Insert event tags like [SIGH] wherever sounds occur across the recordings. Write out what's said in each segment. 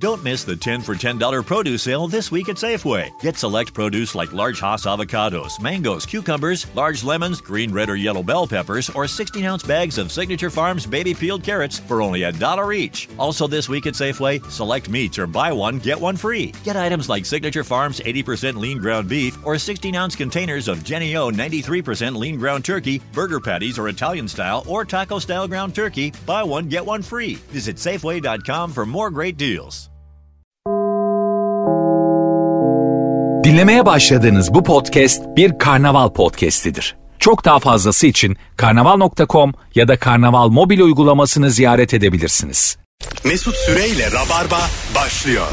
Don't miss the 10 for $10 produce sale this week at Safeway. Get select produce like large Hass avocados, mangoes, cucumbers, large lemons, green, red, or yellow bell peppers, or 16 ounce bags of Signature Farms baby peeled carrots for only a dollar each. Also, this week at Safeway, select meats or buy one, get one free. Get items like Signature Farms 80% lean ground beef or 16 ounce containers of Jenny O 93% lean ground turkey, burger patties or Italian style or taco style ground turkey. Buy one, get one free. Visit Safeway.com for more great deals. Dinlemeye başladığınız bu podcast bir karnaval podcastidir. Çok daha fazlası için karnaval.com ya da karnaval mobil uygulamasını ziyaret edebilirsiniz. Mesut Süreyle Rabarba başlıyor.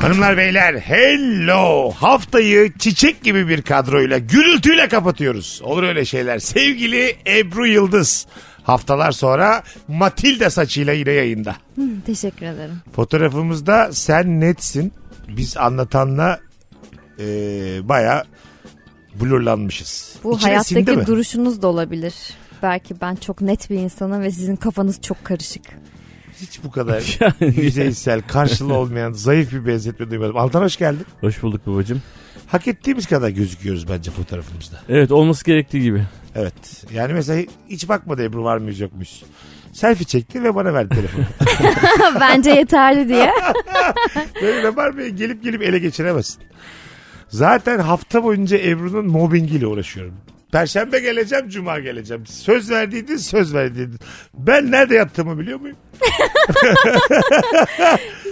Hanımlar beyler hello haftayı çiçek gibi bir kadroyla gürültüyle kapatıyoruz. Olur öyle şeyler. Sevgili Ebru Yıldız haftalar sonra Matilda saçıyla yine yayında. Teşekkür ederim. Fotoğrafımızda sen netsin. Biz anlatanla e, baya blurlanmışız. Bu İçine sindi mi? hayattaki duruşunuz da olabilir. Belki ben çok net bir insanım ve sizin kafanız çok karışık. [LAUGHS] Hiç bu kadar yüzeysel, karşılığı olmayan zayıf bir benzetme duymadım. Altan hoş geldin. Hoş bulduk babacığım. Hak ettiğimiz kadar gözüküyoruz bence fotoğrafımızda. Evet olması gerektiği gibi. Evet. Yani mesela hiç bakmadı Ebru var mıyız yok muyuz. Selfie çekti ve bana verdi [LAUGHS] telefonu. Bence yeterli diye. Böyle var mı? Gelip gelip ele geçiremezsin. Zaten hafta boyunca Ebru'nun mobbingiyle uğraşıyorum. Perşembe geleceğim, cuma geleceğim. Söz verdiydin, söz verdiydin. Ben nerede yattığımı biliyor muyum?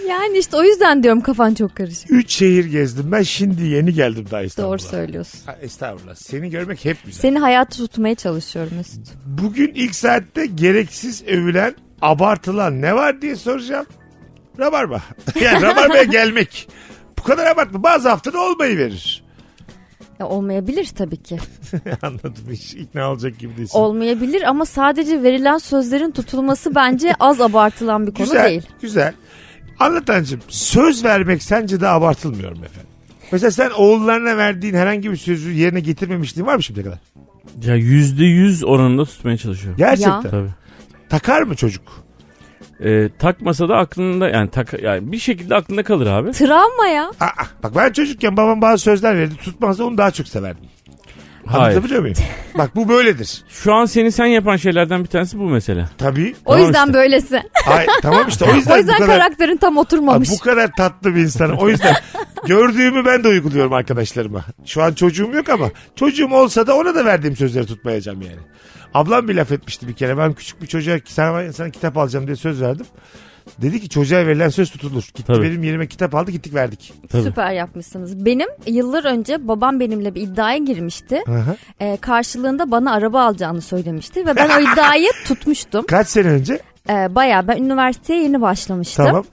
Yani işte o yüzden diyorum kafan çok karışık. Üç şehir gezdim. Ben şimdi yeni geldim daha İstanbul'a. Doğru söylüyorsun. Ha, Estağfurullah. Seni görmek hep güzel. Seni hayatı tutmaya çalışıyorum Mesut. Bugün ilk saatte gereksiz övülen, abartılan ne var diye soracağım. Rabarba. [LAUGHS] Yani Rabarba'ya gelmek. Bu kadar abartma. Bazı haftada olmayı verir. [LAUGHS] Ya olmayabilir tabii ki. Anladım. Hiç ikna olacak gibi değilsin. Olmayabilir ama sadece verilen sözlerin tutulması bence az abartılan bir konu güzel, değil. Güzel. Anlatancım söz vermek sence de abartılmıyor mu efendim? Mesela sen oğullarına verdiğin herhangi bir sözü yerine getirmemişliğin var mı şimdiye kadar? Ya yüzde yüz oranında tutmaya çalışıyorum. Gerçekten. Tabii. Takar mı çocuk? Ee, takmasa da aklında yani tak yani bir şekilde aklında kalır abi. Travma ya. Aa, bak ben çocukken babam bazı sözler verdi tutmazdı onu daha çok severdim. Hayır. Anlatabiliyor muyum? bak bu böyledir. Şu an seni sen yapan şeylerden bir tanesi bu mesele. Tabii. O Tamam yüzden işte. böylesi. Ay, tamam işte o yüzden, [LAUGHS] O yüzden bu kadar... karakterin tam Aa, oturmamış. Bu kadar tatlı bir insanım. O [LAUGHS] yüzden gördüğümü ben de uyguluyorum arkadaşlarıma. Şu an çocuğum yok ama çocuğum olsa da ona da verdiğim sözleri tutmayacağım yani. Ablam bir laf etmişti bir kere. Ben küçük bir çocuğa sana, sana kitap alacağım diye söz verdim. Dedi ki çocuğa verilen söz tutulur. Gitti Tabii. benim yerime kitap aldı gittik verdik. Tabii. Süper yapmışsınız. Benim yıllar önce babam benimle bir iddiaya girmişti. Aha. Ee, karşılığında bana araba alacağını söylemişti ve ben o iddiayı tutmuştum. Kaç sene önce? Ee, bayağı ben üniversiteye yeni başlamıştım. Tamam.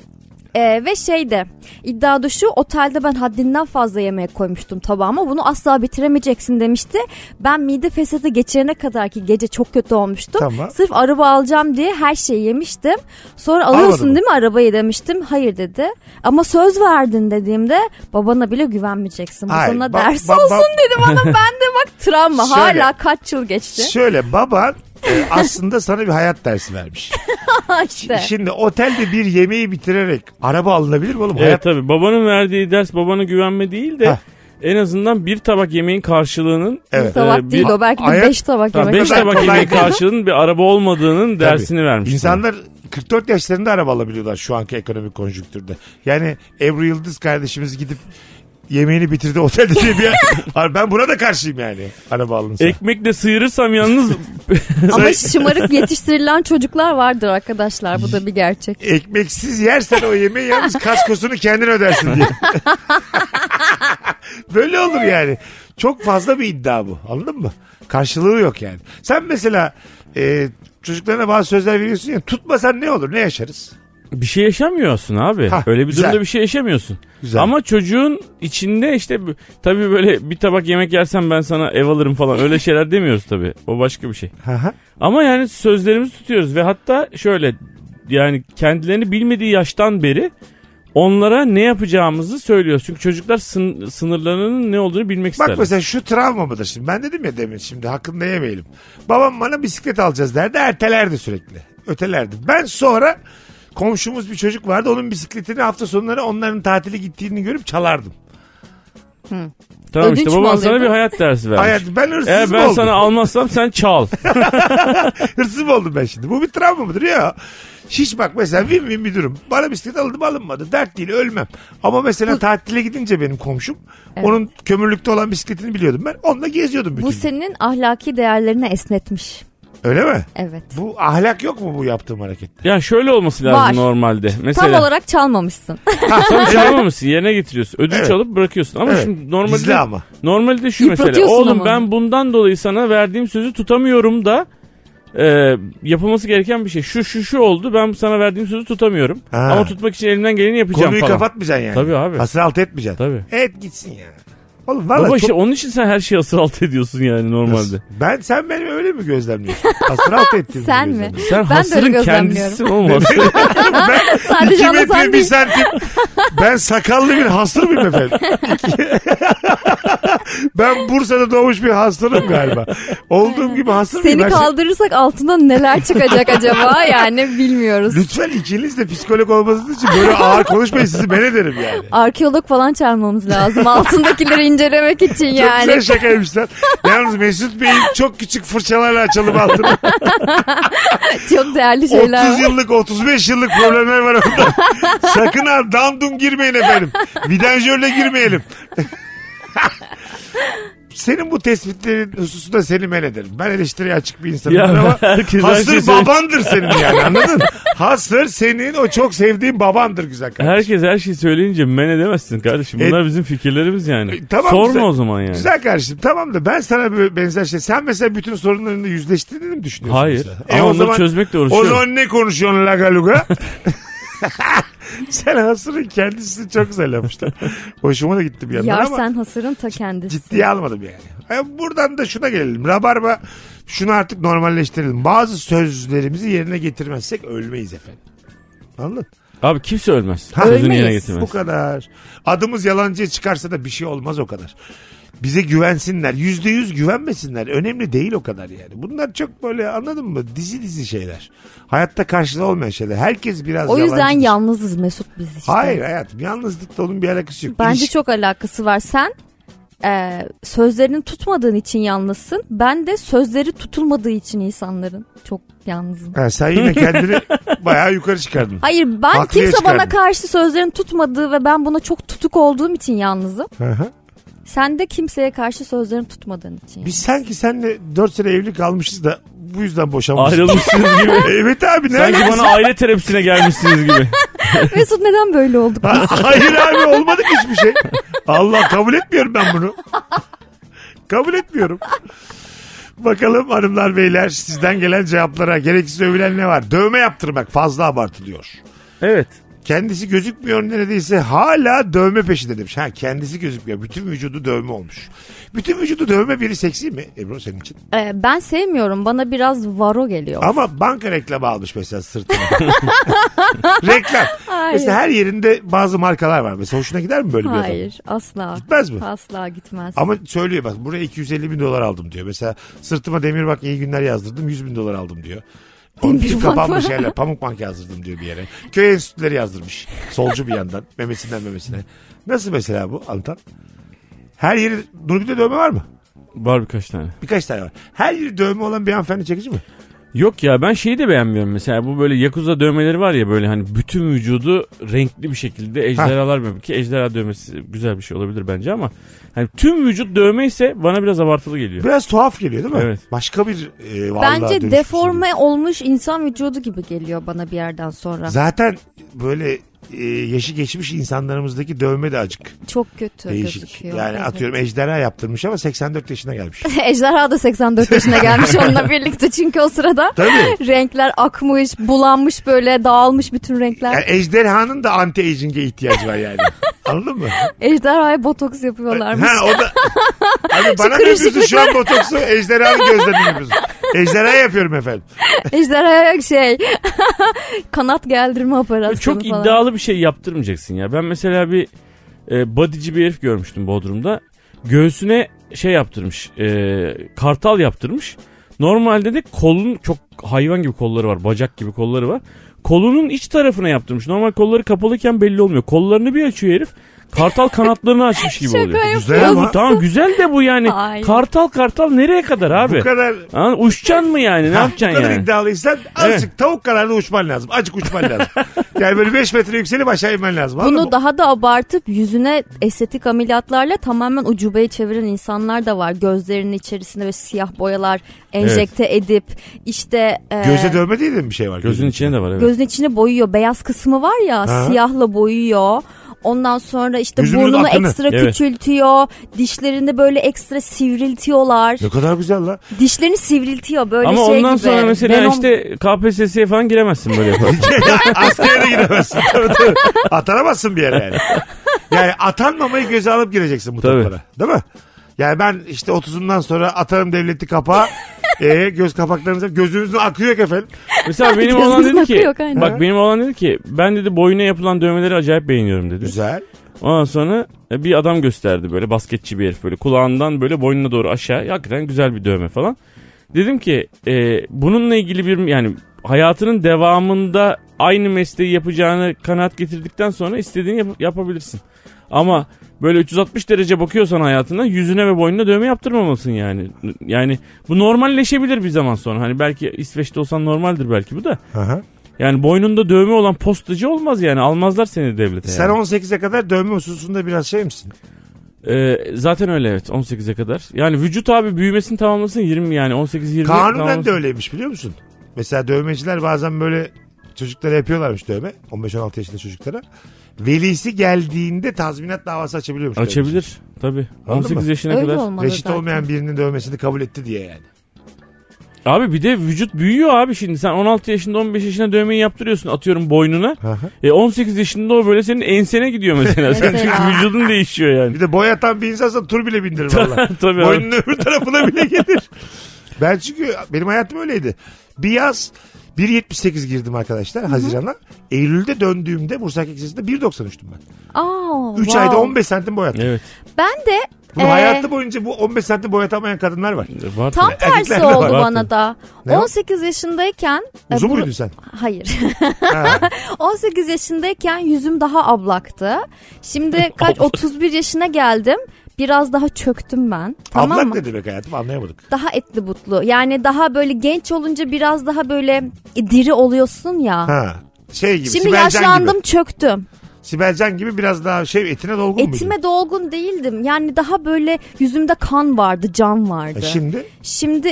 Ee, ve şeyde iddia da şu otelde ben haddinden fazla yemek koymuştum tabağıma bunu asla bitiremeyeceksin demişti. Ben mide fesatı geçirene kadar ki gece çok kötü olmuştum. Tamam. Sırf araba alacağım diye her şeyi yemiştim. Sonra Almadı alıyorsun mı? değil mi arabayı demiştim. Hayır dedi. Ama söz verdin dediğimde babana bile güvenmeyeceksin. Bu Ay, sana ba- ders ba- ba- olsun [LAUGHS] dedi bana. ben de bak travma Şöyle. hala kaç yıl geçti. [LAUGHS] Şöyle baban e, aslında sana bir hayat dersi [LAUGHS] vermiş. işte. Şimdi otelde bir yemeği bitirerek araba alınabilir mi oğlum? Evet Hayat- tabii babanın verdiği ders babana güvenme değil de Heh. en azından bir tabak yemeğin karşılığının Evet. Bir tabak e, bir- değil o belki de Ee, Ayak- beş tabak Tamam, yemek. beş kadar tabak kolay yemeğin değil. karşılığının bir araba olmadığının Tabii. dersini vermiş. İnsanlar 44 yaşlarında araba alabiliyorlar şu anki ekonomik konjüktürde. Yani Ebru Yıldız kardeşimiz gidip yemeğini bitirdi otelde diye bir Abi ben buna da karşıyım yani araba alınsa. Ekmekle sıyırırsam yalnız Ama şımarık yetiştirilen çocuklar vardır arkadaşlar. Bu da bir gerçek. Ekmeksiz yersen o yemeği yalnız kaskosunu kendin ödersin diye. Böyle olur yani. Çok fazla bir iddia bu. Anladın mı? Karşılığı yok yani. Sen mesela e, çocuklarına bazı sözler veriyorsun ya tutmasan ne olur? Ne yaşarız? Bir şey yaşamıyorsun abi. Hah, Öyle bir güzel. durumda bir şey yaşamıyorsun. Güzel. Ama çocuğun içinde işte bu- tabii böyle bir tabak yemek yersen ben sana ev alırım [LAUGHS] falan öyle şeyler demiyoruz tabii. O başka bir şey. Aha. Ama yani sözlerimizi tutuyoruz ve hatta şöyle yani kendilerini bilmediği yaştan beri onlara ne yapacağımızı söylüyoruz. Çünkü çocuklar sın- sınırlarının ne olduğunu bilmek Bak isterler. mesela şu travma mıdır şimdi? Ben dedim ya demin şimdi hakkında yemeyelim. Babam bana bisiklet alacağız derdi ertelerdi sürekli. Ötelerdi. Ben sonra komşumuz bir çocuk vardı. Onun bisikletini hafta sonları onların tatili gittiğini görüp çalardım. Tamam Ödünç işte mü baban sana alıyordun? bir hayat dersi vermiş. Hayat, ben hırsız Eğer mı E, ben oldum? sana almazsam sen çal. [LAUGHS] Hırsız mı oldum ben şimdi? Bu bir travma mıdır ya? Hiç bak mesela win win bir durum. Bana bisiklet alındı mı alınmadı. Dert değil ölmem. Ama mesela tatile gidince benim komşum. Onun kömürlükte olan bisikletini biliyordum ben. Onunla geziyordum bütün Bu gün. senin ahlaki değerlerini esnetmiş. Öyle mi? Evet. Bu ahlak yok mu bu yaptığım [LAUGHS] harekette? ya şöyle olması lazım Var. normalde. Mesela Tam [LAUGHS] olarak çalmamışsın. Sen çalmamışsın yerine getiriyorsun. Ödünç Evet. alıp bırakıyorsun. Ama Evet. şimdi normalde, Gizli ama. normalde şu mesela. Yıpratıyorsun Oğlum ama. ben bundan dolayı sana verdiğim sözü tutamıyorum da e, yapılması gereken bir şey. Şu şu şu oldu ben sana verdiğim sözü tutamıyorum. Ha. Ama tutmak için elimden geleni yapacağım Konuyu falan. kapatmayacaksın yani. Tabii abi. Hasır altı etmeyeceksin. Tabii. Et gitsin ya. Oğlum Baba valla çok... işte onun için sen her şeyi asıl alt ediyorsun yani normalde. Ben sen beni öyle mi gözlemliyorsun? Hasır altı ettin mi [LAUGHS] Sen mi? gözlemliyorsun? Sen ben de öyle hasırın kendisi gözlemliyorum. [LAUGHS] oğlum. hasır. [LAUGHS] Sadece İki ama metre sen bir değil. santim. Ben sakallı bir hastır mıyım [LAUGHS] efendim? İki- ben Bursa'da doğmuş bir hastırım galiba. Olduğum gibi hastır mıyım? Seni Ben- şey- kaldırırsak altından neler çıkacak acaba [LAUGHS] yani bilmiyoruz. Lütfen ikiniz de psikolog olmanız için böyle ağır konuşmayın sizi ben ederim yani. Arkeolog falan [LAUGHS] çağırmamız lazım altındakileri incelemek için Çok güzel yani. şakaymış lan. Yalnız Mesut Bey'in çok küçük fırçalarla [LAUGHS] açalım altını. Çok değerli 30 şeyler var. yıllık 35 yıllık problemler var orada. Sakın ha dandum girmeyin efendim. Vidanjörle girmeyelim. Senin bu tespitlerin hususunda seni men ederim. Ben eleştiriye açık bir insanım Ya ama herkes her hasır şeyi söyle- babandır senin yani anladın? hasır senin o çok sevdiğin babandır güzel kardeşim. Herkes her şeyi söyleyince men edemezsin kardeşim. Bunlar bizim fikirlerimiz yani. E, tamam, Sorma güzel. o zaman yani. Güzel kardeşim tamam da ben sana böyle benzer şey. Sen mesela bütün sorunlarını yüzleştiğini mi düşünüyorsun? Hayır. mesela? E, Ama onları çözmekle O uğraşıyorum. zaman ne konuşuyorsun laga [LAUGHS] luga? [LAUGHS] Sen hasırın kendisini çok güzel yapmışlar. Hoşuma da gitti bir yandan Yar ama sen hasırın ta kendisi. ciddiye almadım yani. E, buradan da şuna gelelim. Rabarba şunu artık normalleştirelim. Bazı sözlerimizi yerine getirmezsek ölmeyiz efendim. Anladın? Abi kimse ölmez. Ha. Sözünü Ölmeyiz. yerine Bu getirmez. kadar. Adımız yalancıya çıkarsa da bir şey olmaz o kadar. Bize güvensinler. Yüzde yüz güvenmesinler. Önemli değil o kadar yani. Bunlar çok böyle anladın mı? Dizi dizi şeyler. Hayatta karşılığı olmayan şeyler. Herkes biraz O yüzden yalancıdır. yalnızız Mesut biz işte. şey. Hayır hayatım. Yalnızlıkla onun bir alakası yok. Bence İliş- çok alakası var. Sen e, sözlerini tutmadığın için yalnızsın. Ben de sözleri tutulmadığı için insanların çok yalnızım. Ha, sen yine [LAUGHS] kendini bayağı yukarı çıkardın. Hayır ben Haklıya kimse bana çıkardın. karşı sözlerini tutmadığı ve ben buna çok tutuk olduğum için yalnızım. Hı hı. Sen de kimseye karşı sözlerini tutmadığın için. Biz sanki senle 4 sene evli kalmışız da bu yüzden boşanmışız. [LAUGHS] Ayrılmışsınız gibi. evet abi ne Sanki alakası bana aile terapisine gelmişsiniz gibi. Mesut neden böyle olduk? Ha, Hayır abi olmadık hiçbir şey. Allah kabul etmiyorum ben bunu. kabul etmiyorum. Bakalım hanımlar beyler sizden gelen cevaplara gereksiz övülen ne var? Dövme yaptırmak fazla abartılıyor. Evet. Kendisi gözükmüyor neredeyse hala dövme peşinde demiş. Ha kendisi gözükmüyor. Bütün vücudu dövme olmuş. Bütün vücudu dövme biri seksi mi Ebru senin için? Ee, ben sevmiyorum. Bana biraz varo geliyor. Ama banka reklamı almış mesela [LAUGHS] sırtına. Reklam. Hayır. Mesela her yerinde bazı markalar var. Mesela hoşuna gider mi böyle bir adam? Hayır asla. Gitmez mi? Asla gitmez. Ama söylüyor bak buraya 250 bin dolar aldım diyor. Mesela sırtıma demir bak iyi günler yazdırdım 100 bin dolar aldım diyor. Onun için Demir bank kapanmış mı? yerler pamuk bank yazdırdım diyor bir yere. Köy enstitüleri yazdırmış. Solcu bir yandan memesinden memesine. Nasıl mesela bu Antan? Her yeri Nurgül'de dövme var mı? Var birkaç tane. Birkaç tane var. Her yeri dövme olan bir hanımefendi çekici mi? Yok ya ben şeyi de beğenmiyorum mesela bu böyle Yakuza dövmeleri var ya böyle hani bütün vücudu renkli bir şekilde ejderhalar mı ki ejderha dövmesi güzel bir şey olabilir bence ama hani tüm vücut dövme ise bana biraz abartılı geliyor. Biraz tuhaf geliyor değil mi? Evet. Başka bir e, varlığa Bence dönüşmüş deforme olmuş insan vücudu gibi geliyor bana bir yerden sonra. Zaten böyle e, yaşı geçmiş insanlarımızdaki dövme de acık Çok kötü değişik. gözüküyor. Yani Evet. atıyorum ejderha yaptırmış ama 84 yaşına gelmiş. [LAUGHS] Ejderha da 84 [LAUGHS] yaşına gelmiş onunla birlikte çünkü o sırada [LAUGHS] Tabii. renkler akmış, bulanmış böyle dağılmış bütün renkler. Yani ejderhanın da anti-aging'e ihtiyacı var yani. Anladın mı? Ejderhaya botoks yapıyorlarmış. Ha o da... Abi bana ne yapıyorsun şu an botoksu? Ejderhanın gözlerini yapıyorsun. Ejderha yapıyorum efendim. Ejderhaya şey [LAUGHS] kanat geldirme Böyle operasyonu Çok falan. iddialı bir şey yaptırmayacaksın ya. Ben mesela bir e, bodyci bir herif görmüştüm Bodrum'da. Göğsüne şey yaptırmış. e, kartal yaptırmış. Normalde de kolun çok hayvan gibi kolları var. Bacak gibi kolları var. kolunun iç tarafına yaptırmış. Normal kolları kapalıyken belli olmuyor. Kollarını bir açıyor herif. Kartal kanatlarını açmış gibi oluyor. [LAUGHS] Şaka Güzel yapıyorsun. ama. Tamam güzel de bu yani. Hayır. Kartal kartal nereye kadar abi? Bu kadar Anladın? Uçacaksın mı yani? Ne Ha, yapacaksın [LAUGHS] Bu kadar yani? iddialıysan azıcık tavuk kadar da uçman lazım. Azıcık uçman lazım. yani böyle 5 metre yükselip aşağı inmen lazım. anladın Bunu mı? daha da abartıp yüzüne estetik ameliyatlarla tamamen ucubeye çeviren insanlar da var. Gözlerinin içerisine böyle siyah boyalar enjekte edip işte e, Göze dövme değil mi bir şey var? Gözün içine de var evet. gözün içini boyuyor. Beyaz kısmı var ya Ha. siyahla boyuyor. Ondan sonra işte Yüzünün burnunu akını. ekstra Evet. küçültüyor. Dişlerini böyle ekstra sivriltiyorlar. Ne kadar güzel lan. Dişlerini sivriltiyor böyle Ama şey gibi. ondan sonra mesela Venom- işte KPSS'ye falan giremezsin böyle [LAUGHS] yaparsın. [LAUGHS] Askere de gidemezsin. Tabii, tabii. Atanamazsın bir yere yani. Yani atanmamayı göze alıp gireceksin bu Tabii. toplara. Değil mi? Yani ben işte 30'umdan sonra atarım devleti kapağı. E, göz kapaklarınıza gözünüzün akıyor yok efendim. Mesela benim Gözümüzün oğlan dedi akı ki yok, aynen. bak benim oğlan dedi ki ben dedi boyuna yapılan dövmeleri acayip beğeniyorum dedi. Güzel. Ondan sonra e, bir adam gösterdi böyle basketçi bir herif böyle kulağından böyle boynuna doğru aşağı hakikaten güzel bir dövme falan. Dedim ki e, bununla ilgili bir yani hayatının devamında aynı mesleği yapacağını kanaat getirdikten sonra istediğini yap- yapabilirsin. Ama böyle 360 derece bakıyorsan hayatına yüzüne ve boynuna dövme yaptırmamalısın yani. Yani bu normalleşebilir bir zaman sonra. Hani belki İsveç'te olsan normaldir belki bu da. Aha. Yani boynunda dövme olan postacı olmaz yani. Almazlar seni devlete. Sen yani. 18'e kadar dövme hususunda biraz şey misin? Ee, zaten öyle evet 18'e kadar. Yani vücut abi büyümesini tamamlasın 20 yani 18 20 Kanunen tamamlasın. de öyleymiş biliyor musun? Mesela dövmeciler bazen böyle çocuklara yapıyorlarmış dövme. 15-16 yaşında çocuklara. Velisi geldiğinde tazminat davası açabiliyormuş. dövmeci. Açabilir tabii. Anladın 18 mı? yaşına Öyle kadar. olmalı Reşit zaten. olmayan birinin dövmesini kabul etti diye yani. Abi bir de vücut büyüyor abi şimdi sen 16 yaşında 15 yaşında dövmeyi yaptırıyorsun atıyorum boynuna. Aha. E 18 yaşında o böyle senin ensene gidiyor mesela. Senin çünkü Mesela. vücudun değişiyor yani. Bir de boy atan bir insansa tur bile bindirir valla. [LAUGHS] Tabii abi. Boynun öbür tarafına bile gelir. Ben çünkü benim hayatım öyleydi. Bir yaz 1.78 girdim arkadaşlar Haziran'a. Eylül'de döndüğümde Bursa Erkek Lisesi'nde 1.93'tüm ben. Aa, 3 wow. ayda 15 santim boy attım. Evet. Ben de Bunu Ee, hayatı boyunca bu 15 santim boy atamayan kadınlar var. Var Tam tabii. tersi erkeklerde Hani var. oldu bana da. Ne? 18 yaşındayken e, Uzun bur- muydun [LAUGHS] sen? Hayır. Ha. 18 yaşındayken yüzüm daha ablaktı. [LAUGHS] Şimdi kaç 31 yaşına geldim. Biraz daha çöktüm ben. Tamam Ablak mı? ne demek hayatım anlayamadık. Daha etli butlu. Yani daha böyle genç olunca biraz daha böyle e, diri oluyorsun ya. Ha. Şey gibi Şimdi Sibelcan yaşlandım gibi. çöktüm. Sibelcan gibi biraz daha şey etine dolgun muydun? Etime dolgun değildim. Yani daha böyle yüzümde kan vardı, can vardı. E şimdi? Şimdi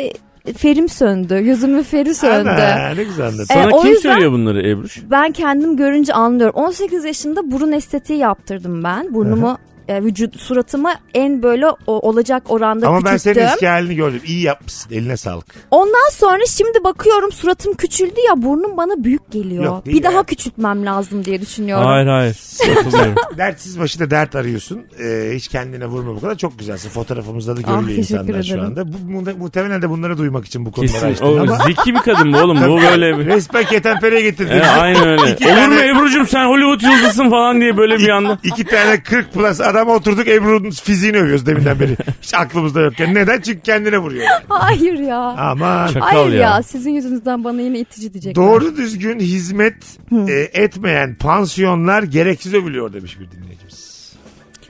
e, ferim söndü. Yüzümün feri söndü. Ana, ne güzel anlattın. Sana E, o kim yüzden- söylüyor bunları Ebruş? Ben kendim görünce anlıyorum. 18 yaşında burun estetiği yaptırdım ben. Burnumu e, vücut suratımı en böyle o- olacak oranda Ama ben küçülttüm. senin eski halini gördüm. İyi yapmışsın. Eline sağlık. Ondan sonra şimdi bakıyorum suratım küçüldü ya burnum bana büyük geliyor. Yok, değil bir daha ya. küçültmem lazım diye düşünüyorum. Hayır hayır. Katılıyorum. Dertsiz başına dert arıyorsun. Ee, hiç kendine vurma bu kadar. Çok güzelsin. Fotoğrafımızda da Ah, görülüyor teşekkür insanlar şu ederim. anda. Bu, mu- muhtemelen de bunları duymak için bu konuları [LAUGHS] Kesin. açtın Oğlum, [LAUGHS] ama. Zeki bir kadın bu oğlum. Bu [LAUGHS] böyle bir... Resmen ketenpereye getirdin. E, aynen öyle. İki Olur mu tane- Ebru'cum sen Hollywood yıldızısın falan diye böyle bir anda. İki tane 40 plus adama oturduk Ebru'nun fiziğini övüyoruz deminden [LAUGHS] beri. Hiç aklımızda yokken. Neden? Çünkü kendine vuruyor. [LAUGHS] Hayır ya. Aman. Şaka. Çakal Hayır ya. ya. Sizin yüzünüzden bana yine itici diyecekler. Doğru düzgün hizmet e, etmeyen pansiyonlar gereksiz övülüyor demiş bir dinleyicimiz.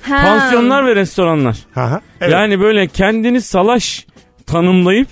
Ha. Pansiyonlar ve restoranlar. Ha ha. Evet. Yani böyle kendini salaş tanımlayıp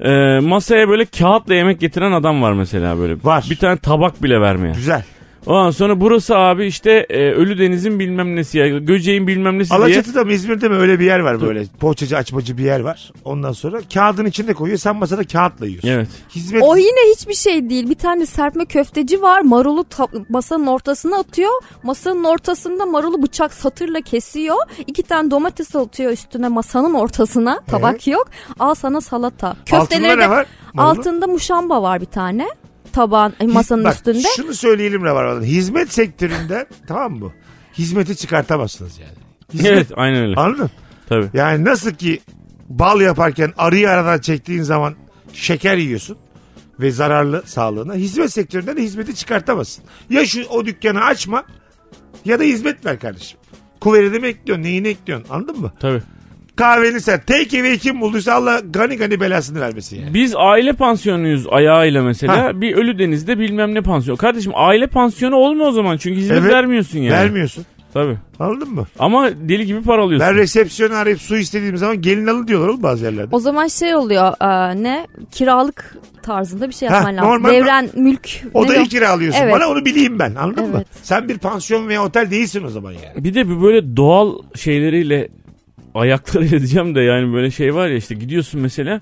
e, masaya böyle kağıtla yemek getiren adam var mesela böyle. Var. Bir tane tabak bile vermeyen. Güzel. Ondan sonra burası abi işte e, Ölü Deniz'in bilmem nesi ya Göceğin bilmem nesi diye. Alaçatı'da mı İzmir'de mi öyle bir yer var böyle. Poğaçacı açmacı bir yer var. Ondan sonra kağıdın içinde koyuyor. Sen masada kağıtla yiyorsun. Evet. Hizmet O yine hiçbir şey değil. Bir tane serpme köfteci var. Marulu ta- masanın ortasına atıyor. Masanın ortasında marulu bıçak satırla kesiyor. İki tane domates atıyor üstüne masanın ortasına. Tabak yok. Al sana salata. altında Köfteleri ne de var? Marulun? altında muşamba var bir tane. Tabağın e, Hiz- masanın Bak, üstünde. Şunu söyleyelim Rabarba'dan. Hizmet sektöründe [LAUGHS] tamam mı? Hizmeti çıkartamazsınız yani. Hizmet, Evet aynen öyle. Anladın mı? Tabii. Yani nasıl ki bal yaparken arıyı aradan çektiğin zaman şeker yiyorsun ve zararlı sağlığına. Hizmet sektöründe de hizmeti çıkartamazsın. Ya şu o dükkanı açma ya da hizmet ver kardeşim. Kuveride mi ekliyorsun, neyini ekliyorsun anladın mı? Tabii. kahveni sen. Take away kim bulduysa Allah gani gani belasını vermesin yani. Biz aile pansiyonuyuz ayağıyla mesela. Ha. Bir ölü denizde bilmem ne pansiyon. Kardeşim aile pansiyonu olma o zaman çünkü hizmet Evet. vermiyorsun yani. Vermiyorsun. Tabii. Anladın mı? Ama deli gibi para alıyorsun. Ben resepsiyonu arayıp su istediğim zaman gelin alın diyorlar oğlum bazı yerlerde. O zaman şey oluyor e, ne kiralık tarzında bir şey Ha, yapman lazım. normal- Devren, mülk. ne Odayı yok? kiralıyorsun. Evet. Bana onu bileyim ben. Anladın mı? Evet. Sen bir pansiyon veya otel değilsin o zaman yani. Bir de bu böyle doğal şeyleriyle ayaklarıyla [LAUGHS] diyeceğim de yani böyle şey var ya işte gidiyorsun mesela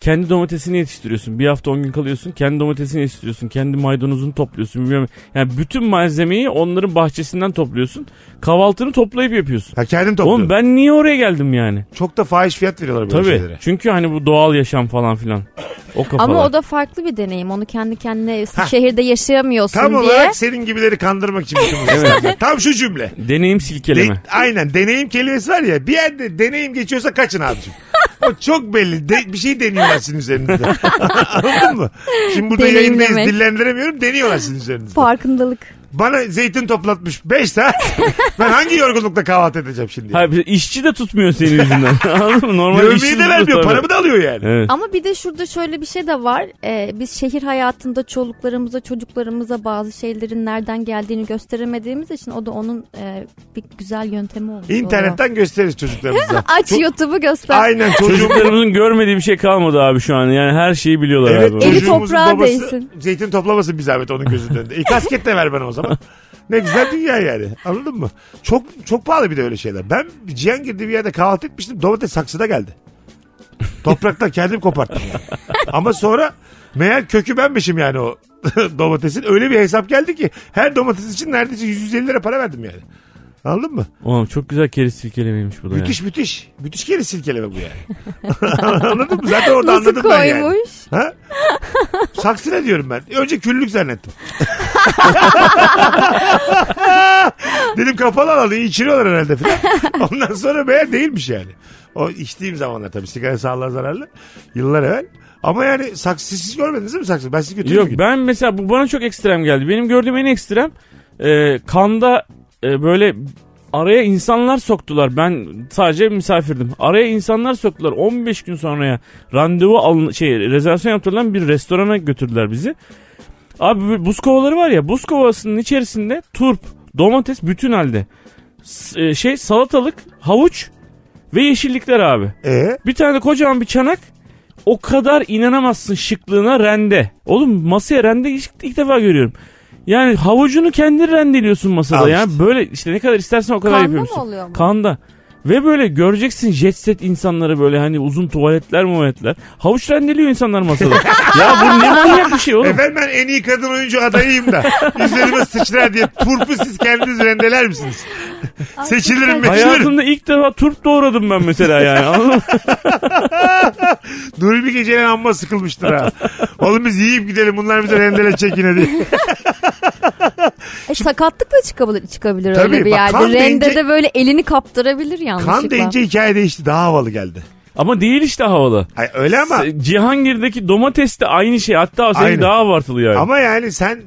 kendi domatesini yetiştiriyorsun. Bir hafta 10 gün kalıyorsun. Kendi domatesini yetiştiriyorsun. Kendi maydanozunu topluyorsun. Bilmiyorum. Yani bütün malzemeyi onların bahçesinden topluyorsun. Kahvaltını toplayıp yapıyorsun. Ha kendin topluyorsun. Oğlum ben niye oraya geldim yani? Çok da fahiş fiyat veriyorlar böyle Tabii. şeylere. Çünkü hani bu doğal yaşam falan filan. O kafalar. Ama o da farklı bir deneyim. Onu kendi kendine Ha. şehirde yaşayamıyorsun Tam diye. olarak senin gibileri kandırmak için [LAUGHS] bütün bu sistemler. Tam şu cümle. Deneyim silkeleme. De- aynen deneyim kelimesi var ya bir yerde deneyim geçiyorsa kaçın abicim. O çok belli. De- bir şey deniyorlar sizin üzerinizde. [LAUGHS] Anladın mı? Şimdi burada Deneyim yayındayız demek. dillendiremiyorum. Deniyorlar sizin üzerinizde. Farkındalık. Bana zeytin toplatmış 5 saat. [LAUGHS] ben hangi yorgunlukla kahvaltı edeceğim şimdi? Hayır, bir de işçi de [LAUGHS] tutmuyor senin yüzünden. [LAUGHS] Anladın mı? Normal işçi Yövmeyi de de vermiyor. tutar. Paramı da alıyor yani. Evet. Ama bir de şurada şöyle bir şey de var. Ee, biz şehir hayatında çoluklarımıza, çocuklarımıza bazı şeylerin nereden geldiğini gösteremediğimiz için o da onun e, bir güzel yöntemi oluyor. İnternetten gösteririz çocuklarımıza. Aç Ço- YouTube'u göster. Aynen çocuğum. Çocuklarımızın görmediği bir şey kalmadı abi şu an. Yani her şeyi biliyorlar abi. Eli çocuğumuzun toprağa babası değsin. Zeytin toplamasın bir zahmet onun gözünün önünde. E, kasket de ver bana o zaman. Ne güzel dünya yani. Anladın mı? Çok çok pahalı bir de öyle şeyler. Ben Cihangir'de bir yerde kahvaltı etmiştim. Domates saksıda geldi. Topraktan kendim koparttım. yani. Ama sonra meğer kökü benmişim yani o [LAUGHS] domatesin. Öyle bir hesap geldi ki her domates için neredeyse 150 lira para verdim yani. Anladın mı? Oğlum çok güzel keriz silkelemeymiş bu da Müthiş müthiş. Müthiş geri silkeleme bu yani. [LAUGHS] Anladın mı? Zaten orada Nasıl anladım ben yani. koymuş? Ha? Saksı ne diyorum ben? Önce küllük zannettim. Dedim kapalı alanı içiriyorlar herhalde falan. Ondan sonra meğer değilmiş yani. O içtiğim zamanlar tabii sigara sağlığa zararlı. Yıllar evvel. Ama yani saksı siz hiç görmediniz mi saksı? Ben sizi yani. götürdüm. Yok bir gün. ben mesela bu bana çok ekstrem geldi. Benim gördüğüm en ekstrem e, kanda e, böyle araya insanlar soktular. Ben sadece misafirdim. Araya insanlar soktular. 15 gün sonraya randevu alın şey rezervasyon yaptırılan bir restorana götürdüler bizi. Abi bu- buz kovaları var ya buz kovasının içerisinde turp, domates bütün halde. S- e, şey salatalık, havuç ve yeşillikler abi. Ee? Bir tane de kocaman bir çanak. O kadar inanamazsın şıklığına rende. Oğlum masaya rende ilk, ilk defa görüyorum. Yani havucunu kendin rendeliyorsun masada. Al Yani böyle işte ne kadar istersen o kadar Kanda yapıyorsun. mı oluyor bu? Kanda. Ve böyle göreceksin jet set insanları böyle hani uzun tuvaletler muvaletler. Havuç rendeliyor [LAUGHS] insanlar masada. ya bu ne manyak bir şey oğlum. Efendim ben en iyi kadın oyuncu adayıyım da üzerime sıçrar diye turpu siz kendiniz rendeler misiniz? seçilirim meçilirim. Hayatımda ilk defa turp doğradım ben mesela yani. Anladın mı? Nuri bir gecenin amma sıkılmıştır ha. Oğlum biz yiyip gidelim bunlar bize rendele çekine diye. E, sakatlık da çıkabilir, çıkabilir Tabii, öyle bir bak yerde. kan Rende deyince- de böyle elini kaptırabilir yanlışlıkla. Kan deyince hikaye değişti. Daha havalı geldi. Ama değil işte havalı. Ay, öyle ama Cihangir'deki domates de aynı şey. Hatta o senin Aynı. daha abartılı yani. ama yani sen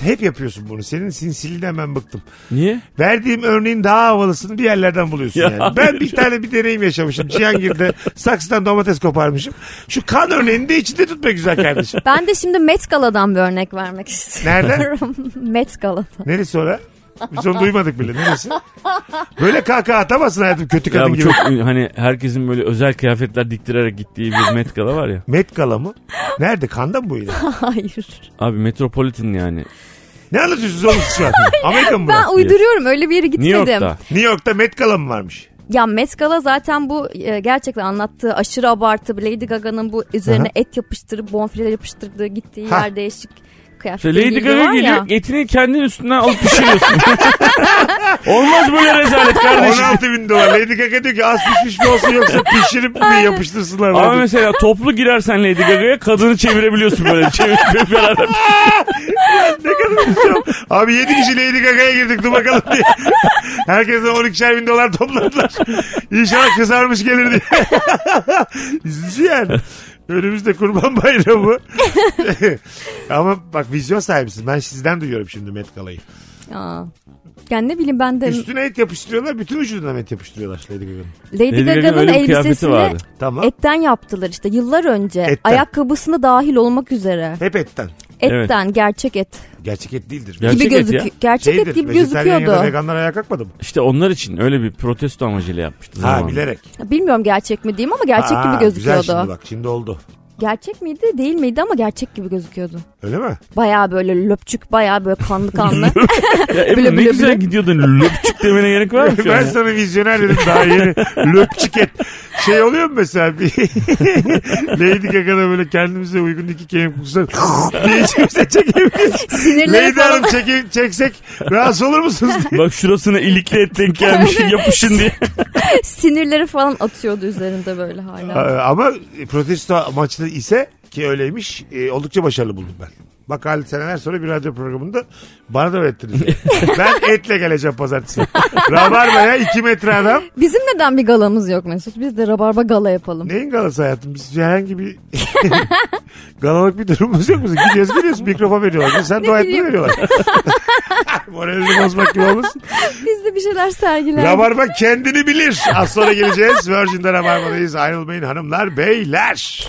hep yapıyorsun bunu. Senin sinsiliğinden ben bıktım. Niye? Verdiğim örneğin daha havalısını bir yerlerden buluyorsun Ya yani. Ben bir tane bir deneyim yaşamışım. Cihangir'de saksıdan domates koparmışım. Şu kan örneğini de içinde tutma güzel kardeşim. Ben de şimdi Met Gala'dan bir örnek vermek istiyorum. Nereden? [LAUGHS] Met Gala'dan. Neresi o lan? Biz onu duymadık bile. Neresi? Böyle kahkaha atamazsın hayatım kötü kadın Ya bu gibi. çok hani herkesin böyle özel kıyafetler diktirerek gittiği bir Met Gala var ya. Met Gala mı? Nerede? Kanda mı bu yine? Hayır. Abi Metropolitan yani. Ne anlatıyorsunuz oğlum siz şu [LAUGHS] an? Amerika mı bu? Ben uyduruyorum öyle bir yere New gitmedim. York'ta. New York'ta Met Gala mı varmış? Ya Met Gala zaten bu e, gerçekten anlattığı aşırı abartı Lady Gaga'nın bu üzerine et yapıştırıp bonfileler yapıştırdığı gittiği Ha. yer değişik kıyafetleri İşte Lady giydiği Gaga var geliyor ya. etini kendin üstünden alıp pişiriyorsun. [LAUGHS] Olmaz böyle rezalet kardeşim. 16 bin dolar. Lady Gaga diyor ki az pişmiş mi olsun yoksa pişirip mi yapıştırsınlar Ama bana. mesela toplu girersen Lady Gaga'ya kadını çevirebiliyorsun böyle. [LAUGHS] Çevirip beraber. Ne kadar güzel. Abi 7 kişi Lady Gaga'ya girdik dur bakalım [LAUGHS] diye. Herkese 12'şer bin dolar topladılar. İnşallah kızarmış gelir diye. [LAUGHS] Üzücü yani. Önümüzde kurban bayramı. [LAUGHS] Ama bak vizyon sahibisin. Ben sizden duyuyorum şimdi Met Gala'yı. Aa. Yani ne bileyim ben de Üstüne et yapıştırıyorlar. Bütün vücuduna et yapıştırıyorlar Lady Gaga'nın. Lady Lady Gaga'nın öyle bir kıyafeti elbisesini vardı. Tamam. etten yaptılar işte yıllar önce. Etten. Ayakkabısını dahil olmak üzere. Hep etten. Evet. Etten gerçek et Gerçek et değildir. Ya- gibi Gerçek et ya. gözüküyor. Gerçek et gibi vejetaryen ya da gözüküyordu. veganlar ayağa kalkmadı mı? İşte onlar için öyle bir protesto amacıyla yapmıştı. Ha zamanında. bilerek. Bilmiyorum gerçek mi diyeyim ama gerçek Ha, gibi Güzel gözüküyordu. şimdi bak şimdi oldu. Gerçek miydi değil miydi ama gerçek gibi gözüküyordu. Öyle mi? Baya böyle löpçük baya böyle kanlı kanlı. [LAUGHS] Ya Ebru, Bile ne bile güzel bile. gidiyordun. Löpçük demene [LAUGHS] gerek var mı? şu an ben ya? sana vizyoner dedim daha yeni. Löpçük et. Şey oluyor mu mesela [LAUGHS] bir Lady Gaga'da böyle kendimize uygun iki kelime kursak diye içimize çekebiliriz. Sinirleri Lady falan. Hanım çeke- çeksek rahatsız olur musunuz [LAUGHS] diye. Bak şurasına ilikli et denk [LAUGHS] gelmiş [LAUGHS] yapışın diye. sinirleri falan atıyordu üzerinde böyle hala. Ee, Ama protesto maçları ise ki öyleymiş e, oldukça başarılı buldum ben. Bak Halit seneler sonra bir radyo programında bana da öğrettiniz. ben etle geleceğim pazartesi. Rabarba'ya iki metre adam. Bizim neden bir galamız yok Mesut? Biz de rabarba [LAUGHS] gala yapalım. Neyin galası hayatım? Biz herhangi bir [LAUGHS] galalık bir durumumuz yok bizim. Gidiyoruz gidiyoruz mikrofon veriyorlar. Biz Sen dua etmeyi bileyim. veriyorlar. [LAUGHS] Moralini bozmak gibi olmasın. Biz de bir şeyler sergiler. Rabarba kendini bilir. Az sonra geleceğiz. Virgin'de Rabarba'dayız. Ayrılmayın hanımlar beyler.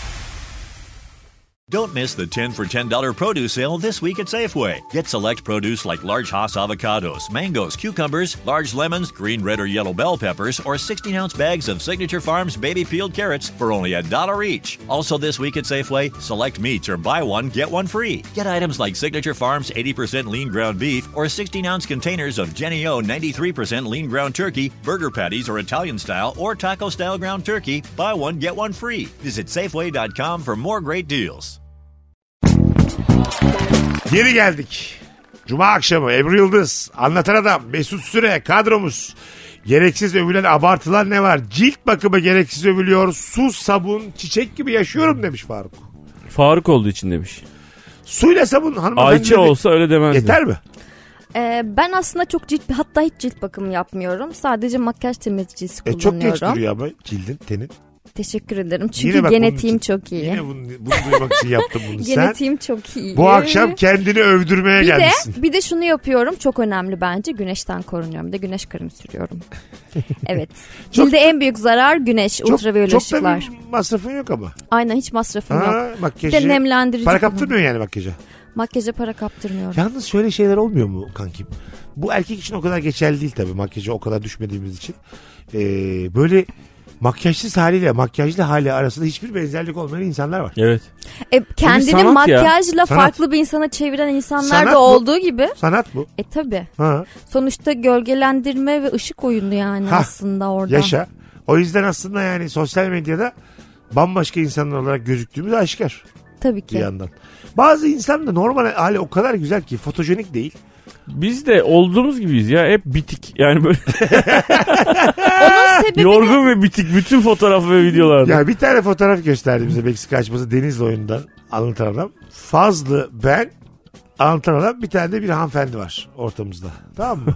Don't miss the 10 for $10 produce sale this week at Safeway. Get select produce like large Hass avocados, mangoes, cucumbers, large lemons, green, red, or yellow bell peppers, or 16 ounce bags of Signature Farms baby peeled carrots for only a dollar each. Also, this week at Safeway, select meats or buy one, get one free. Get items like Signature Farms 80% lean ground beef or 16 ounce containers of Jenny O 93% lean ground turkey, burger patties or Italian style or taco style ground turkey. Buy one, get one free. Visit Safeway.com for more great deals. Geri geldik. Cuma akşamı Ebru Yıldız, Anlatan Adam, Mesut Süre kadromuz. Gereksiz övülen abartılar ne var? Cilt bakımı gereksiz övülüyor. Su, sabun, çiçek gibi yaşıyorum demiş Faruk. Faruk olduğu için demiş. Suyla sabun hanımefendi. Ayça olsa öyle demezdi. Yeter mi? Ee, ben aslında çok cilt hatta hiç cilt bakımı yapmıyorum. Sadece makyaj temizleyicisi E, çok geç kullanıyorum. duruyor ama cildin, tenin. Teşekkür ederim. Yine Çünkü bak bunun genetiğim için- çok iyi. Yine bunu, bunu duymak için yaptım [LAUGHS] bunu. Sen genetiğim çok iyi. bu akşam kendini övdürmeye bir de, gelmişsin. bir de şunu yapıyorum çok önemli bence güneşten korunuyorum bir de güneş kremi sürüyorum. [LAUGHS] evet. Çok- Cilde en büyük zarar güneş ultraviyole çok, çok da ışıklar. bir masrafın yok ama. Aynen hiç masrafım yok. Ha, Bir makyajı. de nemlendirici. Para kullanıyorum. kaptırmıyorsun yani makyaja. Makyaja para kaptırmıyorum. Yalnız şöyle şeyler olmuyor mu kankim? Bu erkek için o kadar geçerli değil tabii makyaja o kadar düşmediğimiz için. Ee, böyle makyajsız haliyle makyajlı hali arasında hiçbir benzerlik olmayan insanlar var. Evet. E, kendini sanat ya. makyajla Sanat. farklı bir insana çeviren insanlar Sanat da bu. olduğu gibi. Sanat bu. E tabi. Ha, Sonuçta gölgelendirme ve ışık oyunu yani Ha, aslında orada. yaşa. O yüzden aslında yani sosyal medyada bambaşka insanlar olarak gözüktüğümüz aşikar Tabii bir ki. yandan. Bazı insan da normal hali o kadar güzel ki fotojenik değil. Biz de olduğumuz gibiyiz ya. Hep bitik. Yani böyle Onun sebebi [LAUGHS] yorgun ve bitik bütün fotoğraf ve videolarda. Ya bir tane fotoğraf gösterdi bize Meksika açması Denizli oyundan anlatan adam. Fazlı ben anlatan adam bir tane de bir hanımefendi var ortamızda. Tamam mı?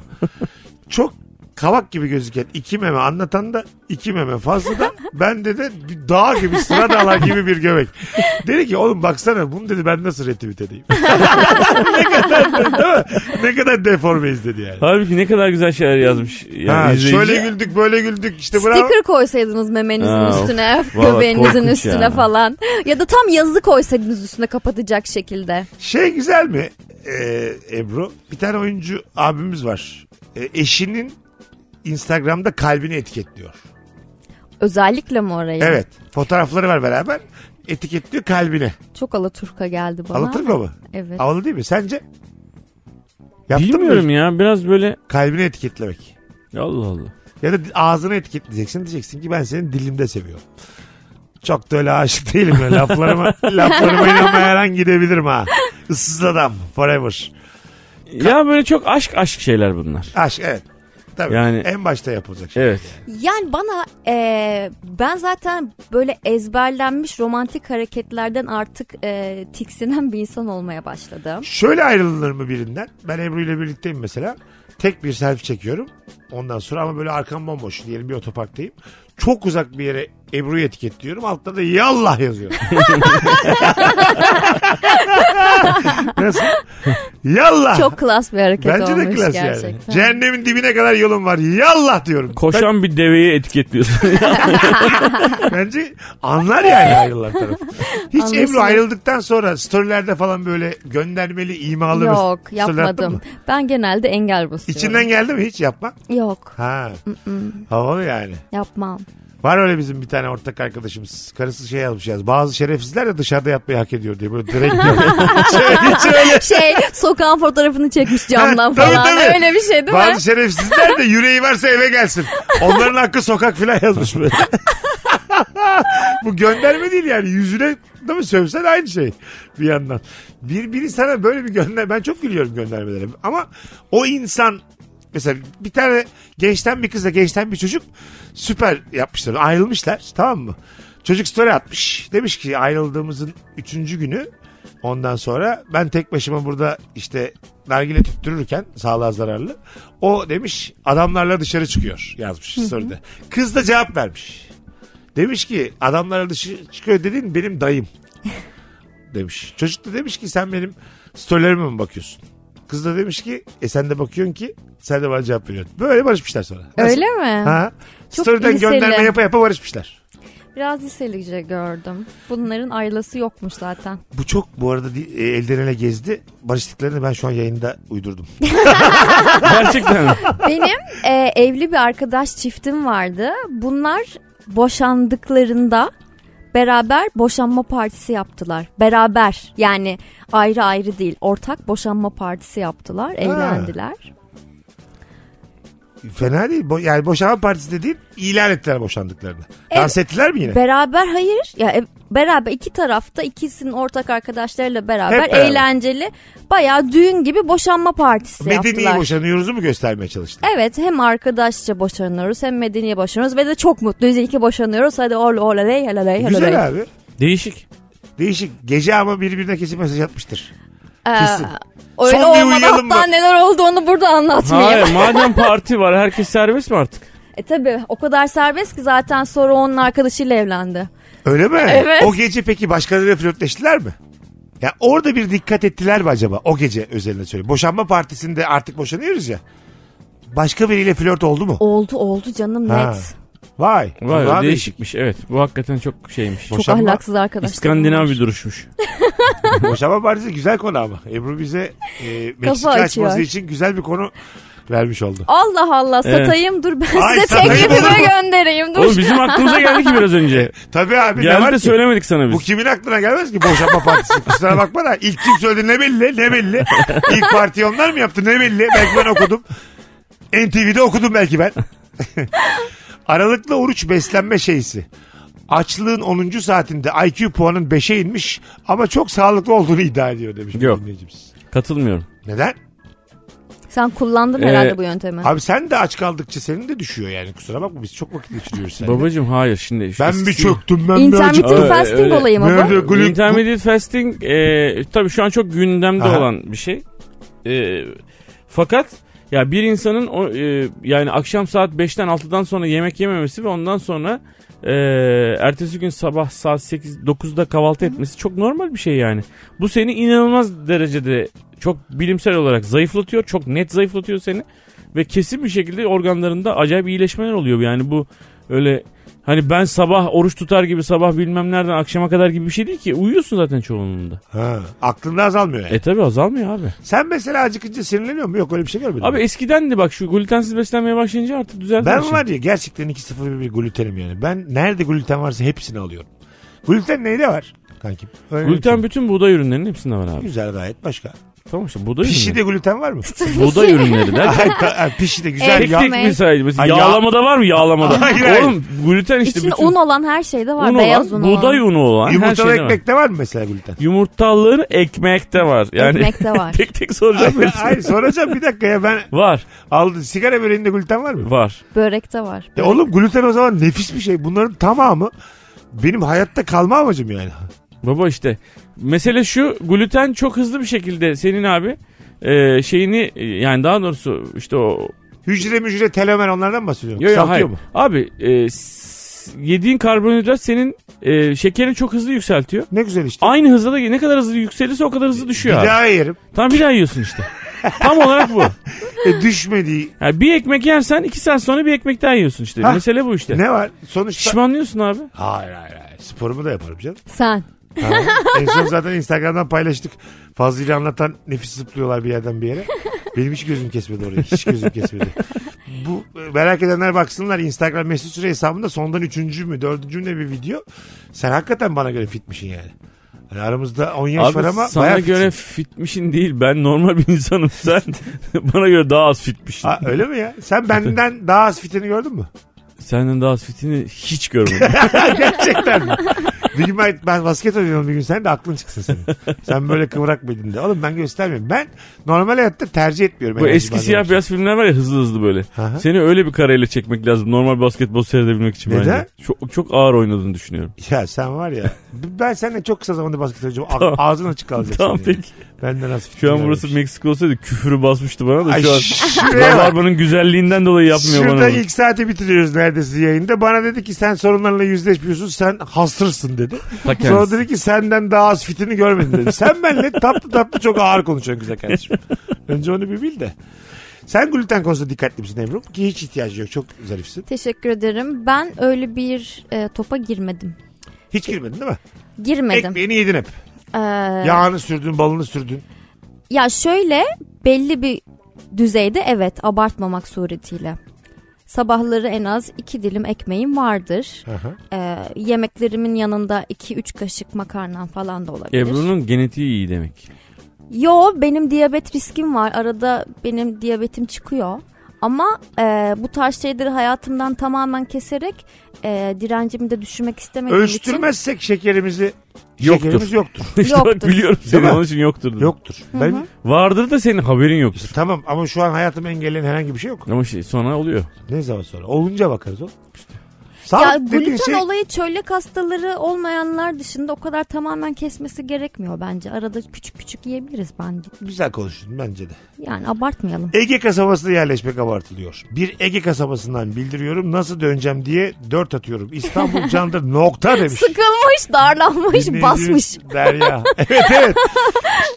Çok kavak gibi gözüken iki meme anlatan da iki meme fazla da bende de bir dağ gibi sıra dağlar gibi bir göbek. Dedi ki oğlum baksana bunu dedi ben nasıl retweet edeyim. [LAUGHS] ne kadar değil mi? ne kadar deformeyiz dedi yani. Halbuki ne kadar güzel şeyler yazmış. Yani Ha, izleyici. şöyle güldük böyle güldük işte bravo. Sticker koysaydınız memenizin Aa, of. üstüne, Vallahi [LAUGHS] göbeğinizin korkunç üstüne ya. falan. Ya da tam yazı koysaydınız üstüne kapatacak şekilde. Şey güzel mi ee, Ebru? Bir tane oyuncu abimiz var. Ee, eşinin Instagram'da kalbini etiketliyor. Özellikle mi orayı? Evet. Fotoğrafları var beraber. Etiketliyor kalbine. Çok Alaturka geldi bana. Anlatır mı? Evet. Havalı değil mi? Sence? Yaptın Bilmiyorum mı? ya. Biraz böyle Kalbini etiketlemek. Allah Allah. Ya da ağzını etiketleyeceksin. Diyeceksin ki ben seni dilimde seviyorum. Çok da öyle aşık değilim. Ya. [LAUGHS] Laflarıma, laflarıma inanmayarak gidebilirim ha. Issız adam. Forever. Ya böyle çok aşk aşk şeyler bunlar. Aşk evet. Tabii. Yani- en başta yapılacak şey. Evet. Yani bana e, ben zaten böyle ezberlenmiş romantik hareketlerden artık e, tiksinen bir insan [LAUGHS] olmaya başladım. Şöyle ayrılır mı birinden? Ben Ebru ile birlikteyim mesela. Tek bir selfie çekiyorum. Ondan sonra ama böyle arkam bomboş diyelim bir otoparktayım. Çok uzak bir yere Ebru'yu etiketliyorum. Altta da yallah [LAUGHS] yazıyor. Nasıl? Yallah. Çok klas bir hareket Bence de olmuş klas yani. gerçekten. Cehennemin dibine kadar yolum var. Yallah diyorum. Koşan bir deveyi etiketliyorsun. [LAUGHS] Bence anlar yani ayrılan taraf. Hiç Anlasın. Ebru ayrıldıktan sonra storylerde falan böyle göndermeli, imalı Yok story attın yapmadım. mı? Ben genelde engel basıyorum. İçinden geldi mi hiç yapma? Yok Ha. Havalı yani. yapmam. Var öyle bizim bir tane ortak arkadaşımız. Karısı şey yazmış yaz. Bazı şerefsizler de dışarıda yatmayı hak ediyor diye böyle [LAUGHS] direkt. [LAUGHS] hiç, hiç öyle. Şey sokağın fotoğrafını çekmiş camdan Ha, [LAUGHS] tabii, falan. tabii. Öyle bir şey değil mi? Bazı şerefsizler de yüreği varsa eve gelsin. Onların hakkı sokak filan yazmış böyle. [LAUGHS] Bu gönderme değil yani yüzüne değil mi sövsen aynı şey bir yandan. Bir, biri sana böyle bir gönder ben çok gülüyorum göndermelere ama o insan mesela bir tane gençten bir kızla gençten bir çocuk süper yapmışlar ayrılmışlar tamam mı? Çocuk story atmış demiş ki ayrıldığımızın üçüncü günü Ondan sonra ben tek başıma burada işte nargile tüttürürken sağlığa zararlı. O demiş adamlarla dışarı çıkıyor yazmış soruda. Kız da cevap vermiş. Demiş ki adamlarla dışarı çıkıyor dediğin benim dayım [LAUGHS] demiş. Çocuk da demiş ki sen benim storylerime mi bakıyorsun? Kız da demiş ki e sen de bakıyorsun ki sen de bana cevap veriyorsun. Böyle barışmışlar sonra. Nasıl? Öyle mi? Ha. Çok Story'den liseli. gönderme yapa yapa barışmışlar. Biraz liselice gördüm. Bunların ailesi [LAUGHS] yokmuş zaten. Bu çok bu arada di- e, elden ele gezdi. Barıştıklarını ben şu an yayında uydurdum. Gerçekten. mi? Benim e, evli bir arkadaş çiftim vardı. Bunlar boşandıklarında beraber boşanma partisi yaptılar. Beraber yani ayrı ayrı değil ortak boşanma partisi yaptılar. Evlendiler. Fena değil. Bo- yani boşanma partisi de değil. ilan ettiler boşandıklarını. E, Dans ettiler mi yine? Beraber hayır ya e, beraber iki tarafta ikisinin ortak arkadaşlarıyla beraber, Hep beraber. eğlenceli bayağı düğün gibi boşanma partisi Medeni yaptılar. boşanıyoruz'u mu göstermeye çalıştılar? Evet hem arkadaşça boşanıyoruz hem medeni boşanıyoruz ve de çok mutluyuz. İyi ki boşanıyoruz. Hadi ol ol aley halaley halaley. Güzel abi. Değişik. Değişik. Gece ama birbirine kesin mesaj atmıştır. Ee, Kesin. Öyle Son bir olmadı uyuyalım hatta mı? neler oldu onu burada anlatmayayım. Hayır madem parti var herkes serbest mi artık? E tabi o kadar serbest ki zaten sonra onun arkadaşıyla evlendi. Öyle mi? Evet. O gece peki başkalarıyla flörtleştiler mi? Ya orada bir dikkat ettiler mi acaba? O gece özelinde söyleyeyim. Boşanma partisinde artık boşanıyoruz ya. Başka biriyle flört oldu mu? Oldu oldu canım Ha. net. Vay. Vay Vallahi değişikmiş evet. Bu hakikaten çok şeymiş. Çok Boşanma- ahlaksız arkadaşlar. İskandinav bir duruşmuş. Boşanma partisi güzel konu ama. Ebru bize e, Meksika açıyor. açması için güzel bir konu vermiş oldu. Allah Allah Evet. satayım dur ben Ay, size satayım olur teklifimi mu? göndereyim dur. Oğlum bizim aklımıza geldi ki biraz önce. Tabii abi. ne var Geldi de ki? söylemedik sana Bu biz. kimin aklına gelmez ki boşanma partisi? Kusura bakma da ilk kim söyledi ne belli ne belli. İlk parti onlar mı yaptı ne belli. Belki ben okudum. NTV'de okudum belki ben. [LAUGHS] Aralıklı oruç beslenme şeysi. Açlığın 10. saatinde IQ puanın 5'e inmiş ama çok sağlıklı olduğunu iddia ediyor demiş bir Yok. dinleyicimiz. Katılmıyorum. Neden? Sen kullandın Ee, herhalde bu yöntemi. Abi sen de aç kaldıkça senin de düşüyor yani kusura bakma biz çok vakit geçiriyoruz seninle. Babacım hayır şimdi. şu Hani ben bir eski- çöktüm ben bir acıktım. Intermittent Öyle, fasting öyle. olayı mı bu? Nerede glü- Intermediate fasting e, tabii şu an çok gündemde Aha. olan bir şey. E, fakat ya bir insanın o, e, yani akşam saat 5'ten 6'dan sonra yemek yememesi ve ondan sonra e, ertesi gün sabah saat 8 9'da kahvaltı etmesi çok normal bir şey yani. Bu seni inanılmaz derecede çok bilimsel olarak zayıflatıyor. Çok net zayıflatıyor seni ve kesin bir şekilde organlarında acayip iyileşmeler oluyor. Yani bu öyle hani ben sabah oruç tutar gibi sabah bilmem nereden akşama kadar gibi bir şey değil ki. Uyuyorsun zaten çoğunluğunda. Ha, aklında azalmıyor yani. E tabi azalmıyor abi. Sen mesela acıkınca sinirleniyor mu? Yok öyle bir şey görmedim. Abi eskiden de bak şu glutensiz beslenmeye başlayınca artık düzeldi. her Ben şey. var ya gerçekten 2-0-1 glutenim yani. Ben nerede gluten varsa hepsini alıyorum. Gluten neyde var kankim? Öyle Gluten bir bütün buğday ürünlerinin hepsinde var şey. abi. Güzel gayet başka. Tamam işte buğday Pişide ürünleri. gluten [LAUGHS] var mı? Buğday [LAUGHS] ürünleri der. Ay, ta- ay, Pişide güzel Evet. ya. Tek tek mi sadece? Mesela Ay, ya- Yağlamada var mı yağlamada? Hayır, hayır. Oğlum gluten işte İçinde bütün. un olan her şeyde var. un beyaz olan, un olan. buğday unu olan her Yumurtalı şeyde var. ekmekte var mı mesela gluten? Yumurtalı ekmekte var. Yani Ekmekte var. [LAUGHS] tek tek soracağım. hepsini. Hayır soracağım bir dakika ya ben Var. aldım. Sigara böreğinde gluten var mı? Var. Börekte var. E oğlum gluten o zaman nefis bir şey. Bunların tamamı benim hayatta kalma amacım yani. Baba işte. Mesele şu gluten çok hızlı bir şekilde senin abi e, şeyini e, yani daha doğrusu işte o Hücre mücre telomer onlardan mı bahsediyorum? Yo, yo, Kısaltıyor hayır. mu? Abi e, s- yediğin karbonhidrat senin e, şekerini çok hızlı yükseltiyor. Ne güzel işte. Aynı hızda da ne kadar hızlı yükselirse o kadar hızlı bir düşüyor. abi. daha yerim. Tam bir daha yiyorsun işte. Tam olarak bu. E, düşmediği Yani bir ekmek yersen iki saat sonra bir ekmek daha yiyorsun işte. Hah. Mesele bu işte. ne var? Sonuçta... Şişmanlıyorsun abi. Hayır hayır hayır. Sporumu da yaparım canım. Sen. Tamam. en son zaten Instagram'dan paylaştık. Fazlıyla anlatan nefis zıplıyorlar bir yerden bir yere. Benim hiç gözüm kesmedi oraya. Hiç gözüm kesmedi. Bu e, merak edenler baksınlar Instagram mesut süre hesabında sondan üçüncü mü dördüncü mü ne bir video. Sen hakikaten bana göre fitmişsin yani. Hani aramızda 10 yaş var ama sana bayağı göre fitsin. fitmişin değil. Ben normal bir insanım. Sen [LAUGHS] bana göre daha az fitmişsin. Aa, öyle mi ya? Sen benden daha az fitini gördün mü? Senden daha az fitini [LAUGHS] hiç görmedim. Gerçekten mi? Bir gün ben, ben basket oynuyorum bir gün sen de aklın çıksın senin. Sen böyle kıvrak bedinde. de. Oğlum ben göstermiyorum. Ben normal hayatta tercih etmiyorum. bu enerji şey. eski bazen. siyah beyaz filmler var ya hızlı hızlı böyle. Aha. Seni öyle bir kareyle çekmek lazım. Normal basketbol seyredebilmek için Neden? bence. Çok, çok ağır oynadığını düşünüyorum. Ya sen var ya. Ben seninle çok kısa zamanda basket oynayacağım. A- Ağzın açık kalacak. Tamam senin. peki. Benden nasıl Şu an burası Meksika olsaydı küfürü basmıştı bana da Ay şu an. şuraya bak. Rabarbanın güzelliğinden dolayı yapmıyor bana. Şurada bunu. ilk saati bitiriyoruz neredeyse yayında. Bana dedi ki sen sorunlarla yüzleşmiyorsun sen hasırsın dedi. Ta kendisi. Sonra dedi ki senden daha az fitini görmedim dedi. Sen benimle tatlı tatlı çok ağır konuşuyorsun güzel kardeşim. Önce onu bir bil de. Sen gluten konusunda dikkatli misin Ebru? Ki hiç ihtiyacı yok. Çok zarifsin. Teşekkür ederim. Ben öyle bir e, topa girmedim. Hiç girmedin değil mi? Girmedim. Ekmeğini yedin hep. Ee, ya. Yağını sürdün, balını sürdün. şöyle belli bir düzeyde evet abartmamak suretiyle. Sabahları en az iki dilim ekmeğim vardır. Aha. Ee, yemeklerimin yanında iki üç kaşık makarnam falan da olabilir. Ebru'nun genetiği iyi demek. [LAUGHS] Yo benim diyabet riskim var. Arada benim diyabetim çıkıyor. Ama e, bu tarz şeyleri hayatımdan tamamen keserek e, direncimi de düşürmek istemediğim Ölçtürmezsek şekerimizi Yoktur. şekerimiz yoktur. işte bak Yoktur. biliyorum Değil seni mi? onun için yoktur. dedim. Yoktur. Ben, Vardır da senin haberin yoktur. tamam ama şu an hayatımı engelleyen herhangi bir şey yok. Ama şey sonra oluyor. Ne zaman sonra? Olunca bakarız oğlum. için. Ya Sağlık dediğin gluten şey olayı çölyak hastaları olmayanlar dışında o kadar tamamen kesmesi gerekmiyor bence. Arada küçük küçük yiyebiliriz bence. güzel konuştun bence de. Yani abartmayalım. Ege kasabasına yerleşmek abartılıyor. Bir Ege kasabasından bildiriyorum nasıl döneceğim diye dört atıyorum. İstanbul [LAUGHS] candır nokta demiş. Sıkılmış, darlanmış, Dinleyicimiz basmış. Derya. [LAUGHS] Evet evet.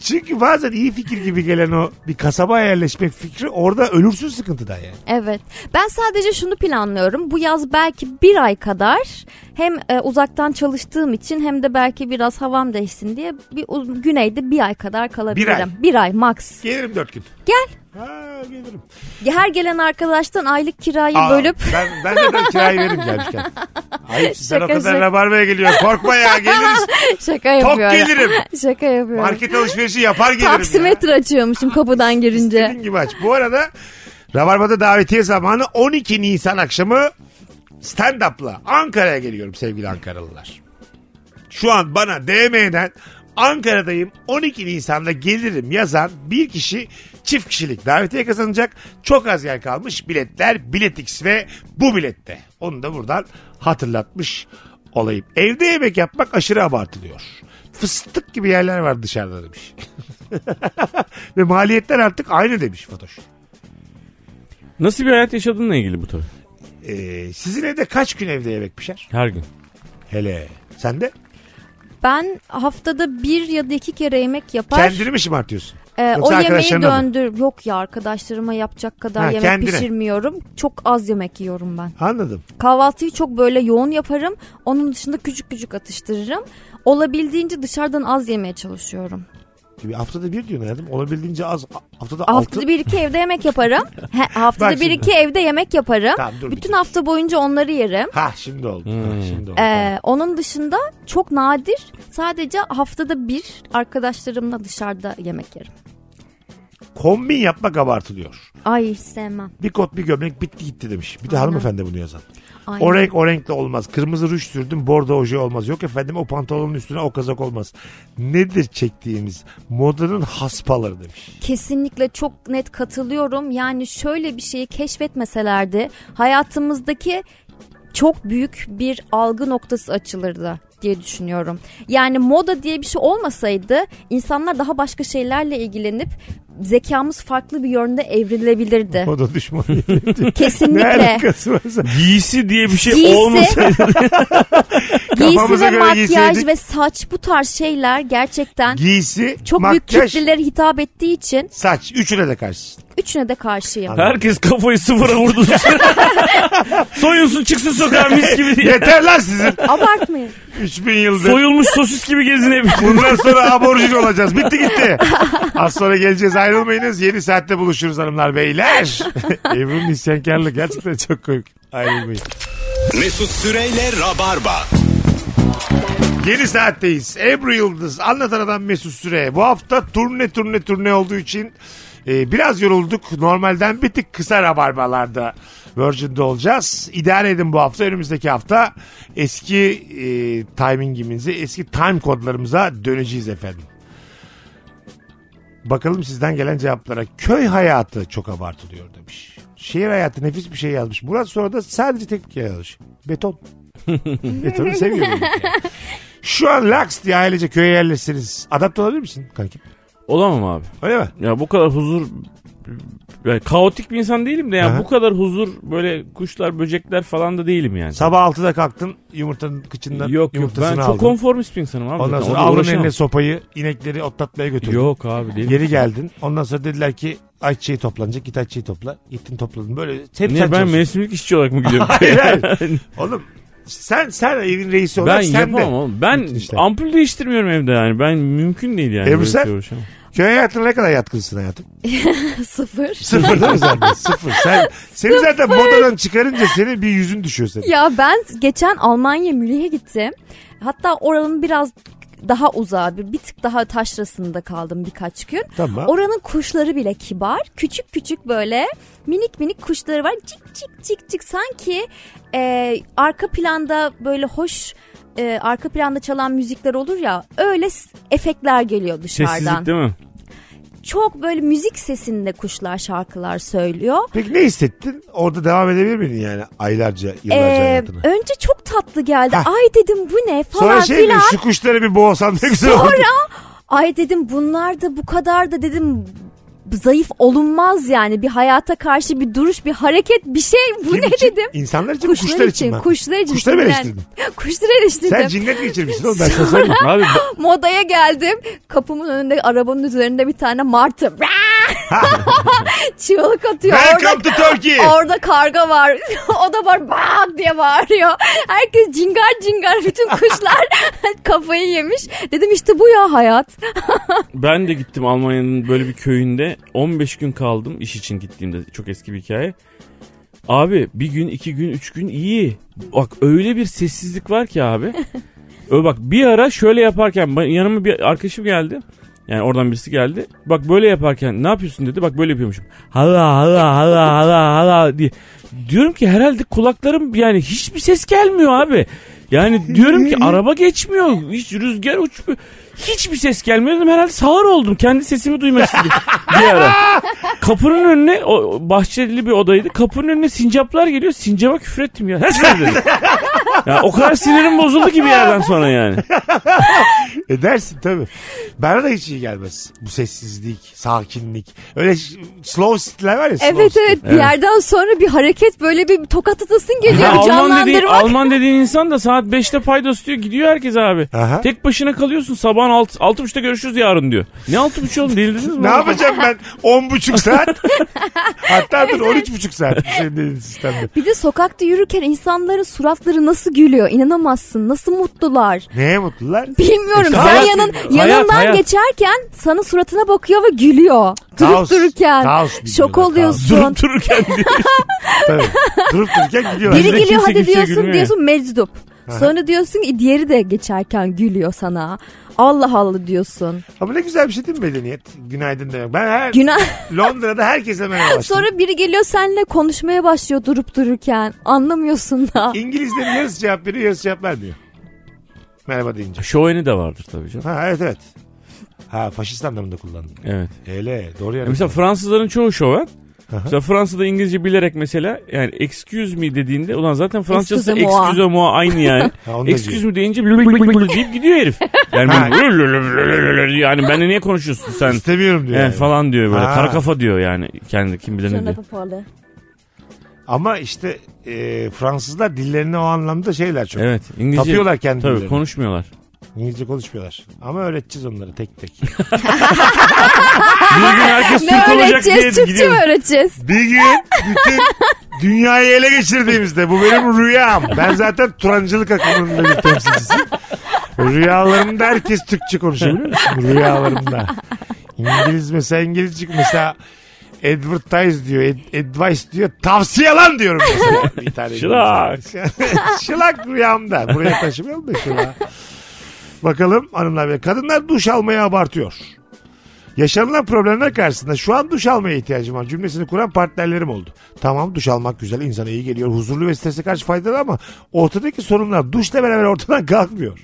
Çünkü bazen iyi fikir gibi gelen o bir kasabaya yerleşmek fikri orada ölürsün sıkıntıdan yani. Evet. Ben sadece şunu planlıyorum. Bu yaz belki bir ay kadar hem e, uzaktan çalıştığım için hem de belki biraz havam değişsin diye bir u- güneyde bir ay kadar kalabilirim. Bir ay. max. Gelirim dört gün. Gel. Ha gelirim. Her gelen arkadaştan aylık kirayı Aa, [LAUGHS] bölüp Ben, ben de ben kirayı veririm gelmişken. [LAUGHS] Ayıp sen o Şaka, kadar şaka. rabarbaya geliyor. Korkma ya [LAUGHS] geliriz. şaka Tok yapıyorum. gelirim. şaka yapıyorum. Market alışverişi yapar gelirim. ya. Taksimetre açıyormuşum kapıdan girince. İstediğin gibi aç. Bu arada Rabarba'da davetiye zamanı 12 Nisan akşamı stand-up'la Ankara'ya geliyorum sevgili Ankaralılar. Şu an bana DM'den Ankara'dayım 12 Nisan'da gelirim yazan bir kişi çift kişilik davetiye kazanacak. Çok az yer kalmış biletler Biletix ve bu bilette. Onu da buradan hatırlatmış olayım. Evde yemek yapmak aşırı abartılıyor. Fıstık gibi yerler var dışarıda demiş. [LAUGHS] Ve maliyetler artık aynı demiş Fatoş. Nasıl bir hayat yaşadığınla ilgili bu tabii. Ee, sizin evde kaç gün evde yemek pişer? Her gün. Hele. Sen de Ben haftada bir ya da iki kere yemek yapar. kendini mi şımartıyorsun? Ee, o Yoksa yemeği arkadaşlarına mı? döndür. Yok ya arkadaşlarıma yapacak kadar Ha, yemek kendine. pişirmiyorum. Çok az yemek yiyorum ben. Anladım. Kahvaltıyı çok böyle yoğun yaparım. Onun dışında küçük küçük atıştırırım. Olabildiğince dışarıdan az yemeye çalışıyorum. Gibi haftada bir diyorsun herhalde. Olabildiğince az. Haftada altı. Haftada bir iki evde [LAUGHS] yemek yaparım. He, haftada Bak bir şimdi. iki evde yemek yaparım. Tamam, dur bir Bütün dur. hafta boyunca onları yerim. Ha şimdi oldu. Ha, şimdi oldu. Ee, onun dışında çok nadir sadece haftada bir arkadaşlarımla dışarıda yemek yerim. Kombin yapmak abartılıyor. Ay hiç sevmem. Bir kot bir gömlek bitti gitti demiş. Bir de Aynen. hanımefendi bunu yazan. Ay. O renk o renkle olmaz. Kırmızı ruj sürdüm bordo oje olmaz. Yok efendim o pantolonun üstüne o kazak olmaz. Nedir çektiğimiz? Modanın haspaları demiş. Kesinlikle çok net katılıyorum. Yani şöyle bir şeyi keşfetmeselerdi hayatımızdaki çok büyük bir algı noktası açılırdı. diye düşünüyorum. Yani moda diye bir şey olmasaydı insanlar daha başka şeylerle ilgilenip zekamız farklı bir [LAUGHS] yönde evrilebilirdi. O da düşman. ne Kesinlikle. alakası varsa. Giysi diye bir şey Giysi. olmasaydı. Giysi Kafamıza ve göre makyaj giyseydik. ve saç bu tarz şeyler gerçekten Giysi, çok büyük makyaj, kitlelere hitap ettiği için saç. Üçüne de karşısın. üçüne de karşıyım. [LAUGHS] Herkes kafayı sıfıra [LAUGHS] vurdu. Soyulsun çıksın sokağa mis gibi diye. Yeter lan sizin. [LAUGHS] Abartmayın. 3000 yıldır. Soyulmuş sosis gibi gezin evi. Bundan sonra aborjin olacağız. Bitti gitti. Az sonra geleceğiz ayrılmayınız. Yeni saatte buluşuruz hanımlar beyler. [LAUGHS] Evrim isyankarlık gerçekten çok komik. Ayrılmayın. Mesut Süreyle Rabarba. Yeni saatteyiz. Ebru Yıldız. Anlatan adam Mesut Süre. Bu hafta turne turne turne olduğu için e, biraz yorulduk. Normalden bir tık kısa rabarbalarda Virgin'de olacağız. İdare edin bu hafta. Önümüzdeki hafta eski e, timingimizi, eski time kodlarımıza döneceğiz efendim. Bakalım sizden gelen cevaplara. Köy hayatı çok abartılıyor demiş. Şehir hayatı nefis bir şey yazmış. Murat sonra da sadece tek bir kere yazmış. Beton. Betonu seviyorum. Şu an laks diye ailece köye yerleşseniz adapte olabilir misin kankim? Olamam abi. Öyle mi? Ya bu kadar huzur yani kaotik bir insan değilim de yani Aha. bu kadar huzur böyle kuşlar böcekler falan da değilim yani. Sabah 6'da kalktın yumurtanın kıçından yok yok yumurtasını ben aldın. çok konformist bir insanım abi. Ondan zaten. sonra Ona aldın uğraşamam. eline sopayı inekleri otlatmaya götürdün. Yok abi değil. Geri geldin. Ondan sonra dediler ki ayçiçeği toplanacak. Git ayçiçeği topla. Gittin topladın. Böyle hep sen Niye ben çalışıyorsun. [LAUGHS] mevsimlik işçi olarak mı [LAUGHS] gidiyorum? Hayır, hayır. Oğlum sen sen evin reisi olarak ben sen yapamam de. oğlum. Ben Bütün işler. ampul değiştirmiyorum evde yani. Ben mümkün değil yani. Ebru böyle bir sen? şey uğraşamam. Köy hayatına ne kadar yatkınsın hayatım? Sıfır. Sıfır değil mi [LAUGHS] zaten? Sıfır. Sen, seni zaten modadan çıkarınca senin bir yüzün düşüyor senin. Ya ben geçen Almanya Münih'e gittim. Hatta oranın biraz daha uzağı bir, bir tık daha taşrasında kaldım birkaç gün. Tamam. Oranın kuşları bile kibar. Küçük küçük böyle minik minik kuşları var. Cik cik cik cik sanki e, arka planda böyle hoş e, arka planda çalan müzikler olur ya öyle s- efektler geliyor dışarıdan. Sessizlik değil mi? Çok böyle müzik sesinde kuşlar şarkılar söylüyor. Peki ne hissettin? Orada devam edebilir miydin yani aylarca, yıllarca Ee, hayatına? önce çok tatlı geldi. Hah. Ay dedim bu ne falan Sonra şey mi? filan. Şu kuşları bir boğsan ne güzel olur. Ay dedim bunlar da bu kadar da dedim zayıf olunmaz yani bir hayata karşı bir duruş bir hareket bir şey bu Kim ne için? dedim İnsanlar için mi? kuşlar, Kuşlar için, için mi? kuşlar için Kuşları mı Yani- eleştirdin? kuşları eleştirdim Sen cinnet mi geçirmişsin oğlum ben sana söyleyeyim. [LAUGHS] Abi ba- modaya geldim kapımın önünde arabanın üzerinde bir tane martı [LAUGHS] çığlık atıyor Welcome orada, to Turkey. orada karga var [LAUGHS] o da var bak diye bağırıyor herkes cingar cingar bütün kuşlar [LAUGHS] kafayı yemiş dedim işte bu ya hayat ben de gittim Almanya'nın böyle bir köyünde. 15 gün kaldım iş için gittiğimde. Çok eski bir hikaye. Abi bir gün, iki gün, üç gün iyi. Bak öyle bir sessizlik var ki abi. Ö bak bir ara şöyle yaparken ba- yanıma bir arkadaşım geldi. Yani oradan birisi geldi. Bak böyle yaparken ne yapıyorsun dedi. Bak böyle yapıyormuşum. Hala hala hala hala hala diye. Diyorum ki herhalde kulaklarım yani hiçbir ses gelmiyor abi. Yani diyorum ki araba geçmiyor. Hiç rüzgar uçmuyor. Hiçbir ses gelmiyor dedim herhalde sağır oldum. Kendi sesimi duymak istedim bir ara. Kapının önüne o, o bahçeli bir odaydı. Kapının önüne sincaplar geliyor. Sincaba küfrettim ya. Hesap dedim. Ya o kadar sinirim bozuldu ki bir yerden sonra yani. Edersin E, tabii. Bana da hiç iyi gelmez. Bu sessizlik, sakinlik. Öyle ş- slow sitler var ya. Slow Evet sit. evet bir yerden sonra bir hareket böyle bir tokat atasın geliyor Ya Alman dediğin, canlandırmak. Alman dediğin insan da saat 5'te paydos diyor gidiyor herkes abi. Aha. Tek başına kalıyorsun sabahın 6, 6.30'da görüşürüz yarın diyor. Ne 6.30 oğlum delirdiniz mi? Ne yapacağım ben? 10 buçuk [LAUGHS] saat. Hatta dur 13 buçuk saat. Senin dediğin sistemde. Bir de sokakta yürürken insanların suratları nasıl gülüyor inanamazsın nasıl mutlular. [LAUGHS] Neye mutlular? Bilmiyorum İşte sen hayat- yanın, hayat, yanından hayat. geçerken sana suratına bakıyor ve gülüyor. Durup Kaos, dururken kaos bir şok dünya, oluyorsun. Durup dururken diyor. [LAUGHS] Tabii. Durup dururken gidiyorlar. Biri Bizde geliyor kimse hadi kimseye diyorsun gülmüyor. diyorsun meczup. Sonra diyorsun ki diğeri de geçerken gülüyor sana. Allah Allah diyorsun. Ama ne güzel bir şey değil mi medeniyet? Günaydın demek. Ben her Günah. Londra'da herkese [LAUGHS] merhabalaştım. Sonra biri geliyor seninle konuşmaya başlıyor durup dururken. Anlamıyorsun da. İngilizlerin yarısı cevap veriyor yarısı cevap vermiyor. Merhaba deyince. Şoveni de vardır tabii canım. Ha evet evet. Ha faşist anlamında kullandım. Evet. Hele doğru Ya yani. Mesela Fransızların çoğu şoven. Mesela Fransa'da İngilizce bilerek mesela yani excuse me dediğinde ulan zaten Fransızcası Excuse moi. excuse moi aynı yani. Ha, onu da excuse me deyince blü blü blü blü deyip gidiyor herif. Yani, Ha. ben- blü blü blü blü blü diyor. yani benimle niye konuşuyorsun sen? İstemiyorum diyor. Yani yani. falan diyor böyle. Ha. Kara kafa diyor yani kendi kim bilir ne diyor. Ama işte e, Fransızlar dillerine o anlamda şeyler çok. Evet. İngilizce. Tapıyorlar kendilerini. [LAUGHS] Tabii konuşmuyorlar. İngilizce konuşmuyorlar. Ama öğreteceğiz onları tek tek. Bir gün herkes Ne Türk olacak diye öğreteceğiz? Türkçe gidiyor. mi öğreteceğiz? Bir gün bütün dünyayı ele geçirdiğimizde bu benim rüyam. Ben zaten Turancılık akımının bir temsilcisiyim. Rüyalarımda herkes Türkçe konuşabiliyor musun? Rüyalarımda. İngiliz mesela İngilizce mesela advertise diyor, ad- advice diyor, tavsiye lan diyorum mesela. Bir tane Şılak. [LAUGHS] şılak rüyamda. Buraya taşımayalım da şılak. Bakalım hanımlar ve kadınlar duş almayı abartıyor. Yaşanılan problemler karşısında şu an duş almaya ihtiyacım var cümlesini kuran partnerlerim oldu. Tamam duş almak güzel insana iyi geliyor huzurlu ve strese karşı faydalı ama ortadaki sorunlar duşla beraber ortadan [LAUGHS] kalkmıyor.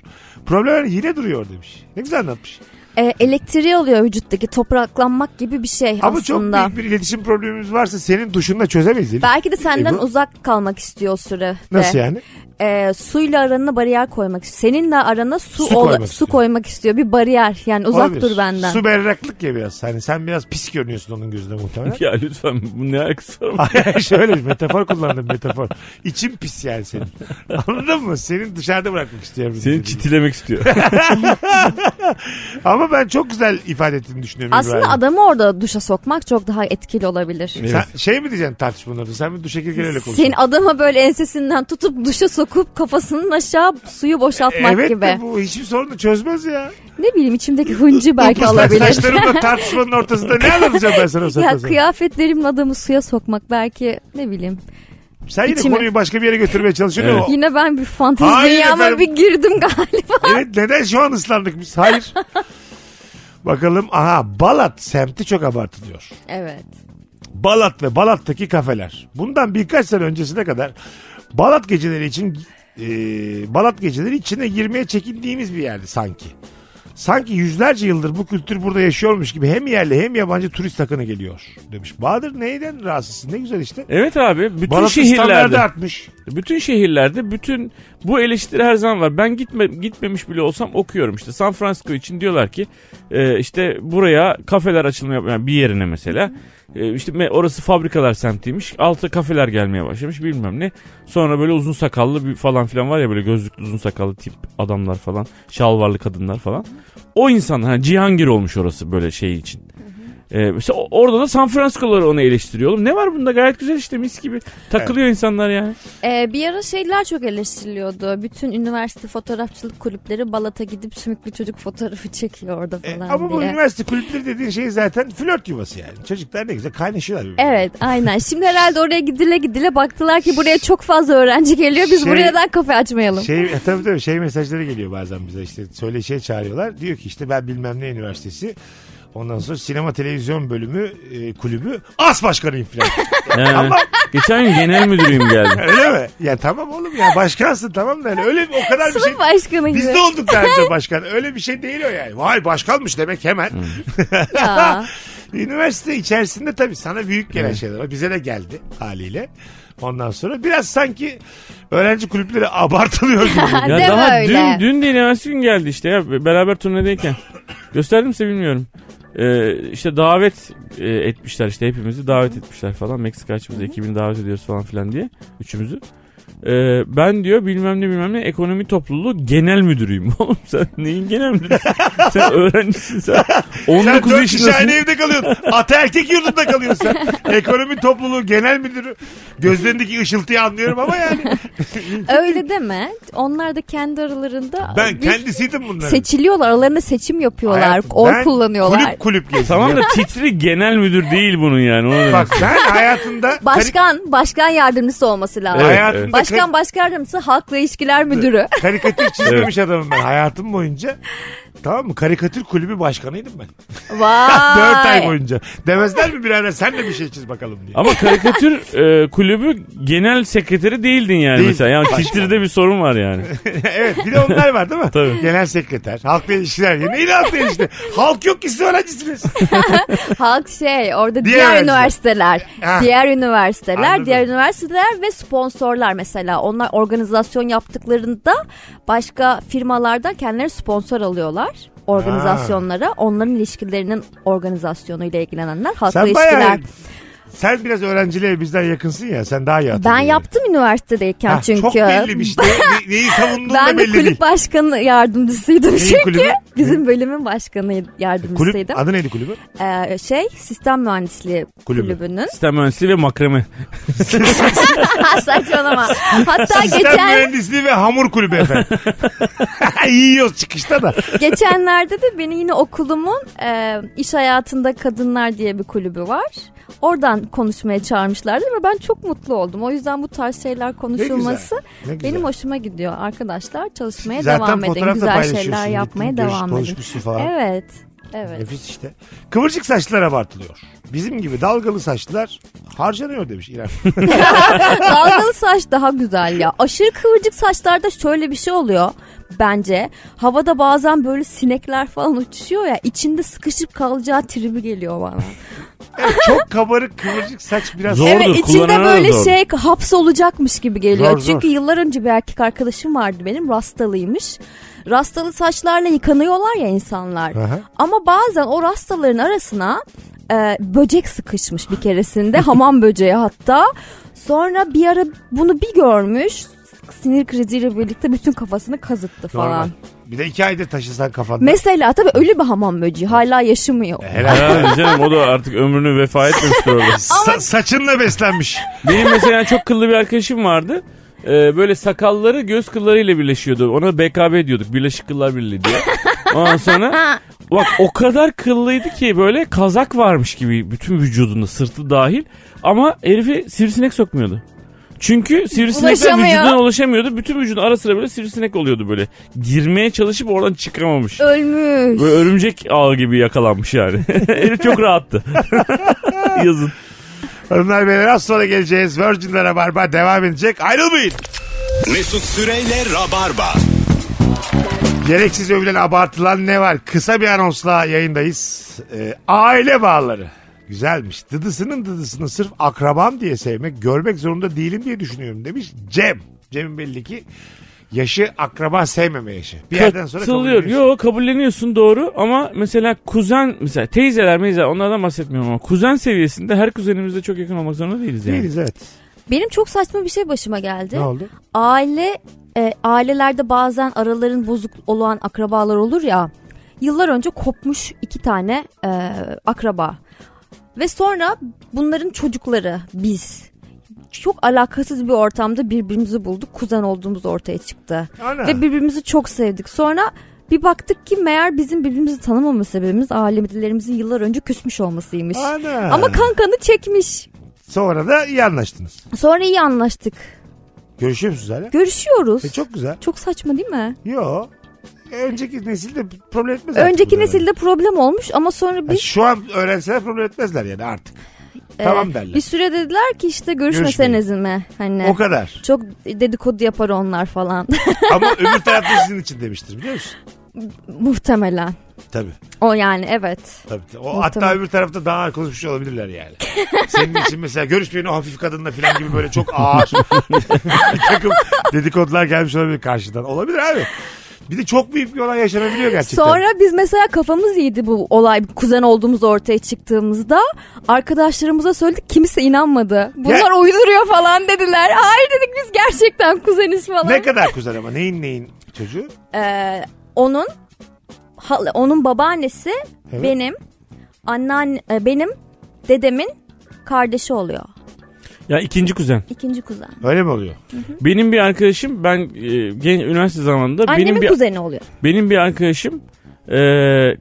Problemler yine duruyor demiş. Ne güzel anlatmış. E, elektriği alıyor vücuttaki topraklanmak gibi bir şey Ama aslında. çok büyük bir iletişim problemimiz varsa senin duşunla çözemeyiz. Elif. Belki de senden Ebru? uzak kalmak istiyor o süre. E Nasıl yani? E, suyla arana bariyer koymak istiyor. Seninle arana su Su ol- koymak su istiyor. koymak istiyor. Bir bariyer. Yani uzak Olabilir. dur benden. Su berraklık ya biraz. Hani sen biraz pis görünüyorsun onun gözünde muhtemelen. [LAUGHS] Ya lütfen bu ne alakası var? Hayır, Şöyle bir metafor kullandım metafor. İçim pis yani senin. [LAUGHS] Anladın mı? Senin dışarıda bırakmak istiyorum. Seni [LAUGHS] çitilemek istiyor. Ama ben çok güzel ifade ettiğini düşünüyorum. Aslında İbrahim. adamı orada duşa sokmak çok daha etkili olabilir. Sen şey mi diyeceksin tartışmalarda? Sen bir duşa gir gel öyle konuş. Seni adama böyle ensesinden tutup duşa sokup kafasının aşağı suyu boşaltmak Evet gibi. de bu hiçbir sorunu çözmez ya. Ne bileyim içimdeki hıncı belki Islak alabilir. Saçlarımla tartışmanın ortasında ne anlatacağım ben sana o [LAUGHS] Ya saatten sonra? kıyafetlerimle adamı suya sokmak belki ne bileyim. Sen yine içime- konuyu başka bir yere götürmeye çalışıyorsun. Evet. Evet. Yine ben bir fantezi Hayır dünyama efendim. bir girdim galiba. evet neden şu an ıslandık biz? Hayır. Bakalım aha Balat semti çok abartılıyor. [LAUGHS] Evet. Balat ve Balat'taki kafeler. Bundan birkaç sene öncesine kadar Balat geceleri için e, Balat geceleri içine girmeye çekindiğimiz bir yerdi sanki. Sanki yüzlerce yıldır bu kültür burada yaşıyormuş gibi hem yerli hem yabancı turist akını geliyor demiş. Bahadır neyden rahatsızsın ne güzel işte. evet abi bütün Balat'ın standardı şehirlerde artmış. bütün şehirlerde bütün bu eleştiri her zaman var. Ben gitme gitmemiş bile olsam okuyorum işte. San Francisco için diyorlar ki e, işte buraya kafeler açılmaya yani bir yerine mesela e, işte me- orası fabrikalar semtiymiş. Alta kafeler gelmeye başlamış bilmem ne. Sonra böyle uzun sakallı bir falan filan var ya böyle gözlüklü uzun sakallı tip adamlar falan, şalvarlı kadınlar falan. O insan hani Cihangir olmuş orası böyle şey için. Ee, mesela o- orada da San Francisco'ları onu eleştiriyor oğlum. Ne var bunda gayet güzel işte mis gibi. Takılıyor insanlar yani. Ee, bir ara şeyler çok eleştiriliyordu. Bütün üniversite fotoğrafçılık kulüpleri Balat'a gidip sümüklü çocuk fotoğrafı çekiyordu E, falan ama bu diye. üniversite kulüpleri dediğin şey zaten flört yuvası yani. Çocuklar ne güzel kaynaşıyorlar. birbirine. Evet aynen. Şimdi herhalde oraya gidile gidile baktılar ki buraya çok fazla öğrenci geliyor. Biz Şey- buraya buradan kafe açmayalım. Şey e, tabii tabii şey mesajları geliyor bazen bize işte söyleşiye çağırıyorlar. Diyor ki işte ben bilmem ne üniversitesi. Ondan sonra sinema televizyon bölümü e, kulübü as başkanıyım [LAUGHS] falan. [LAUGHS] He. Geçen gün genel müdürüyüm geldi. öyle mi? Ya tamam oğlum ya başkansın tamam da yani öyle o kadar bir şey. Sınıf başkanı gibi. Biz de olduk daha önce başkan. Öyle bir şey değil o yani. Vay başkanmış demek hemen. Hmm. Ya. Üniversite içerisinde tabii sana büyük gelen şeyler var. Bize de geldi haliyle. Ondan sonra biraz sanki öğrenci kulüpleri [LAUGHS] abartılıyor gibi. Ya Deme daha öyle. dün dün de üniversite gün geldi işte ya Be- beraber turnedeyken. Gösterdim size bilmiyorum. Ee, işte davet e, etmişler işte hepimizi davet etmişler falan. Meksika açımızda ekibini davet ediyoruz falan filan diye üçümüzü. Ee, ben diyor bilmem ne bilmem ne ekonomi topluluğu genel müdürüyüm. [LAUGHS] Oğlum sen neyin genel müdürü? [LAUGHS] sen öğrencisin sen. 19 Sen dört kişi yaşındasın. aynı evde kalıyorsun. Ataerkek yurdunda kalıyorsun sen. Ekonomi topluluğu genel müdürü. Gözlerindeki ışıltıyı anlıyorum ama yani. Öyle deme. Onlar da kendi aralarında Ben bir- kendisiydim bunların. seçiliyorlar. Aralarında seçim yapıyorlar. Hayatım, ben Oy kullanıyorlar. Kulüp kulüp gezdim. Tamam da titri genel müdür değil bunun yani. Onu Bak ben hayatımda... [LAUGHS] Başkan, başkan yardımcısı olması lazım. Evet, Hayatımda [LAUGHS] Başkan, başkan yardımcısı, halkla ilişkiler müdürü. [LAUGHS] Karikatür çizmemiş adamım ben hayatım boyunca. Tamam mı? Karikatür kulübü başkanıydım ben. Vay. [LAUGHS] Dört ay boyunca. Demezler mi birader sen de bir şey çiz bakalım diye. Ama [LAUGHS] karikatür e, kulübü genel sekreteri değildin yani Değil. mesela. Yani Başka. titride bir sorun var [LAUGHS] yani. [LAUGHS] evet bir de onlar var değil mi? Tabii. Genel sekreter, halkla ilişkiler. Ya Neyin halkla ilişkiler? Halk yok ki siz öğrencisiniz. Halk şey orada Diğer diğer, öğrenciler. üniversiteler. Ha. Diğer üniversiteler, Anladım. diğer üniversiteler ve sponsorlar mesela. Onlar organizasyon yaptıklarında başka firmalarda kendileri sponsor alıyorlar organizasyonlara. Onların ilişkilerinin organizasyonuyla ilgilenenler halkla sen ilişkiler. bayağı... Sen biraz öğrenciliğe bizden yakınsın ya. Sen daha iyi hatırlıyorsun. Ben yaptım üniversitedeyken Ha, çünkü. Çok belli bir işte. [LAUGHS] Ne- Neyi savunduğun da Ben de belli kulüp değil. başkanı yardımcısıydım Neyin [LAUGHS] çünkü. kulübü? Bizim bölümün başkanı Kulüp, yardımcısıydım. adı neydi kulübü? Ee, şey sistem mühendisliği Kulübü. [LAUGHS] kulübünün. [LAUGHS] Sistem mühendisliği ve makreme. Ha, Saçmalama. Hatta Sistem geçen mühendisliği ve hamur kulübü [LAUGHS] efendim. İyi yiyoruz çıkışta da. geçenlerde de beni yine okulumun e, iş hayatında kadınlar diye bir kulübü var. Oradan konuşmaya çağırmışlardı ve ben çok mutlu oldum. O yüzden bu tarz şeyler konuşulması Ne güzel. benim hoşuma gidiyor. Arkadaşlar çalışmaya Zaten devam edin. fotoğraf da Güzel paylaşıyorsun. şeyler Gittin, yapmaya görüş- devam edin. konuşmuşsun falan. Evet. Evet. Nefis işte. Kıvırcık saçlılar abartılıyor. Bizim gibi dalgalı saçlılar harcanıyor demiş İrem. Dalgalı saç daha güzel ya. Aşırı kıvırcık saçlarda şöyle bir şey oluyor bence. Havada bazen böyle sinekler falan uçuşuyor ya. içinde sıkışıp kalacağı tribi geliyor bana. Çok kabarık kıvırcık saç biraz Zor. Doğrudur, evet içinde kullanana da böyle doğru. şey hapsolacakmış gibi geliyor. Zor, zor. Çünkü yıllar önce bir erkek arkadaşım vardı benim rastalıymış. Rastalı saçlarla yıkanıyorlar ya insanlar. Aha. Ama bazen o rastaların arasına e, böcek sıkışmış bir [LAUGHS] keresinde. hamam böceği hatta. Sonra bir ara bunu bir görmüş. Sinir kriziyle birlikte bütün kafasını kazıttı falan. Normal. Bir de iki aydır taşısan kafanda. Mesela tabii ölü bir hamam böceği hala yaşamıyor. Herhalde canım o da artık ömrünü vefa etmemiştir [LAUGHS] orada. Sa- saçınla beslenmiş. Benim mesela çok kıllı bir arkadaşım vardı. Ee, böyle sakalları göz kıllarıyla birleşiyordu. Ona BKB diyorduk. Birleşik Kıllar Birliği diye. Ondan sonra bak o kadar kıllıydı ki böyle kazak varmış gibi bütün vücudunda sırtı dahil. Ama herifi sivrisinek sokmuyordu. Çünkü sivrisinekler Ulaşamıyor. vücuduna ulaşamıyordu. Bütün vücudun ara sıra böyle sivrisinek oluyordu böyle. Girmeye çalışıp oradan çıkamamış. Ölmüş. Böyle örümcek ağı gibi yakalanmış yani. [LAUGHS] Herif çok rahattı. [LAUGHS] Yazın. Hanımlar beyler az sonra geleceğiz. Virgin'de Rabarba devam edecek. Ayrılmayın. Mesut Süreyle Rabarba. Gereksiz övülen abartılan ne var? Kısa bir anonsla yayındayız. Ee, aile bağları. Güzelmiş. Dıdısının dıdısını sırf akrabam diye sevmek, görmek zorunda değilim diye düşünüyorum demiş Cem. Cem'in belli ki yaşı akraba sevmeme yaşı. Bir yerden sonra kabul Katılıyorum. ediyorsun. Yo kabulleniyorsun doğru ama mesela kuzen mesela teyzeler meyzeler onlardan bahsetmiyorum ama kuzen seviyesinde her kuzenimizle çok yakın olmak zorunda değiliz yani. Değiliz evet. Benim çok saçma bir şey başıma geldi. Ne oldu? aile e, ailelerde bazen araların bozuk olan akrabalar olur ya. Yıllar önce kopmuş iki tane e, akraba ve sonra bunların çocukları biz çok alakasız bir ortamda birbirimizi bulduk. Kuzen olduğumuz ortaya çıktı. Ana. Ve şey- birbirimizi çok sevdik. Sonra bir baktık ki meğer bizim birbirimizi tanımama sebebimiz ailelerimizin yıllar önce küsmüş olmasıymış. Ana. Ama kankanı çekmiş. Sonra da iyi anlaştınız. Sonra iyi anlaştık. Görüşüyor musunuz hala? Görüşüyoruz. E, çok güzel. Çok saçma değil mi? Yo. E, Önceki nesilde problem etmez. artık Önceki bu dönem. nesilde problem olmuş ama sonra Ha, biz şu an öğrenseler problem etmezler yani artık. e, tamam derler. bir süre dediler ki işte görüşmeseniz mi? Hani O kadar. çok dedikodu yapar onlar falan [LAUGHS] Ama öbür tarafta sizin için demiştir biliyor musun? muhtemelen. Tabii. O yani evet. tabii. tabii. O, hatta öbür tarafta daha ağır konuşmuş olabilirler yani. Senin için mesela görüşmeyen o hafif kadınla falan gibi böyle çok [LAUGHS] ağır bir takım dedikodular gelmiş olabilir karşıdan. Olabilir abi. Bir de çok büyük bir olay yaşanabiliyor gerçekten. Sonra biz mesela kafamız iyiydi bu olay kuzen olduğumuz ortaya çıktığımızda arkadaşlarımıza söyledik kimse inanmadı. Bunlar Ya- uyduruyor falan dediler. Hayır dedik biz gerçekten kuzeniz falan. Ne kadar kuzen ama neyin neyin çocuğu? Ee, onun hala- onun babaannesi Evet. benim anneanne e, benim dedemin kardeşi oluyor. Ya ikinci kuzen. İkinci kuzen. Öyle mi oluyor? Benim bir arkadaşım ben e, gen, üniversite zamanında Annemin benim bir kuzeni oluyor. benim bir arkadaşım e,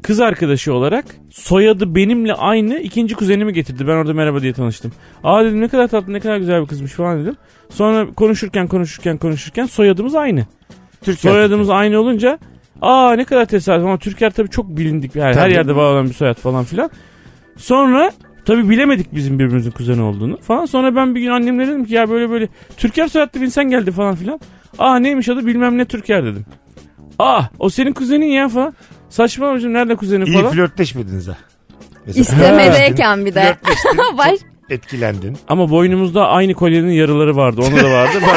kız arkadaşı olarak soyadı benimle aynı ikinci kuzenimi getirdi. Ben orada merhaba diye tanıştım. Aa dedim ne kadar tatlı ne kadar güzel bir kızmış falan dedim. Sonra konuşurken konuşurken konuşurken soyadımız aynı. Türk Soyadımız aynı olunca Aa ne kadar tesadüf ama Türker tabii çok bilindik. Yani her Tabii. yerde var olan bir soyad falan filan. Sonra tabii bilemedik bizim birbirimizin kuzeni olduğunu falan. Sonra ben bir gün annemle dedim ki ya böyle böyle Türker soyadlı bir insan geldi falan filan. Aa Ah, neymiş adı bilmem ne Türker dedim. Aa o senin kuzenin ya falan. Saçmalamışım nerede kuzenin İyi falan. flörtleşmediniz ha. Mesela- İstemedeyken bir de. Flörtleştin, Baş... etkilendin. Ama boynumuzda aynı kolyenin yarıları vardı. Onda da [LAUGHS] vardı. Ben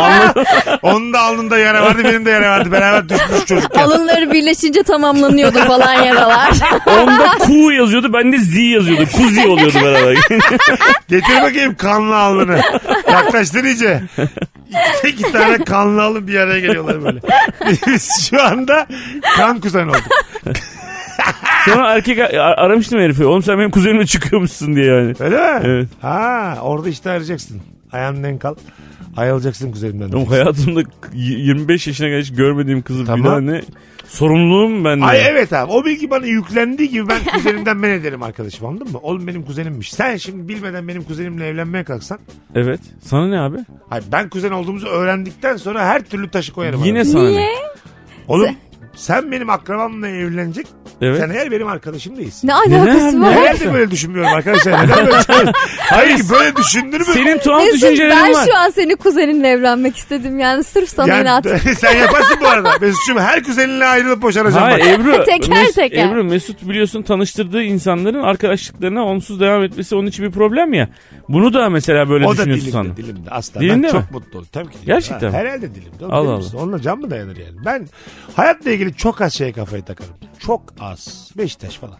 onu- Onun da alnında yara vardı benim de yara vardı. Beraber düşmüş çocukken. Alınları birleşince tamamlanıyordu falan yaralar. Onda Q yazıyordu. Bende Z yazıyordu. Kuzi oluyordu beraber. [LAUGHS] Getir bakayım kanlı alnını. Yaklaştın iyice. İki tane kanlı alın bir araya geliyorlar böyle. Biz şu anda kan kuzen olduk. Sonra erkek ar- aramıştım herifi. Oğlum sen benim kuzenimle çıkıyormuşsun diye yani. Öyle mi? Evet. Ha, orada işte arayacaksın. Ayağımdan kal. Ayrılacaksın kuzenimden. Oğlum hayatımda y- 25 yaşına kadar hiç görmediğim kızı Tamam. bir daha ne sorumluluğum bende. Ay evet abi o bilgi bana yüklendiği gibi ben [LAUGHS] kuzenimden men ederim arkadaşım anladın mı? Oğlum benim kuzenimmiş. Sen şimdi bilmeden benim kuzenimle evlenmeye kalksan. Evet. Sana ne abi? Hayır ben kuzen olduğumuzu öğrendikten sonra her türlü taşı koyarım. Yine arada. sana ne? Oğlum sen benim akrabamla evlenecek. Evet. Sen eğer benim arkadaşım değilsin. Ne alakası Neden? var? Neden? Ben de böyle düşünmüyorum arkadaşlar. Neden [LAUGHS] böyle Hayır ki böyle düşündür mü? Senin tuhaf Mesut ben düşüncelerin var. şu an senin kuzeninle evlenmek istedim yani sırf sana Yani, inat. [LAUGHS] sen yaparsın bu arada. Mesut'cum her kuzeninle ayrılıp boşanacağım. Hayır bak. [LAUGHS] Ebru, Teker Mes- teker. Ebru Mesut biliyorsun tanıştırdığı insanların arkadaşlıklarına onsuz devam etmesi onun için bir problem ya. Bunu da mesela böyle O da düşünüyorsun dilimde, sana. dilimde asla. Dilinde ben mi? çok mutlu oldum. Tabii ki dilimde. Gerçekten Ha, mi? Herhalde dilimde. Oğlum, Allah bilir Allah. misin? Onunla can mı dayanır yani? Ben hayatla ilgili çok az şeye kafayı takarım. Çok az. Beşiktaş falan.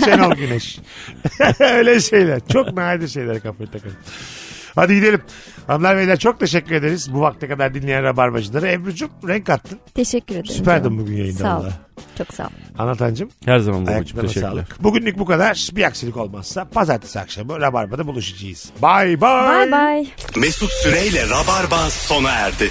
[LAUGHS] Şenol Güneş. [LAUGHS] Öyle şeyler. Çok nadir şeyler kafayı takarım. Hadi gidelim. Hanımlar beyler çok teşekkür ederiz. Bu vakte kadar dinleyen Rabarbacıları. Ebru'cum renk attın. Teşekkür ederim. Süperdin canım. bugün yayında. Sağ ol. vallahi. Çok sağ ol. Anlatancım Her zaman babacığım ayaklarına teşekkürler. sağlık. Bugünlük bu kadar. Bir aksilik olmazsa pazartesi akşamı Rabarba'da buluşacağız. Bye bye. Bye bye. Mesut Süreyle Rabarba sona erdi.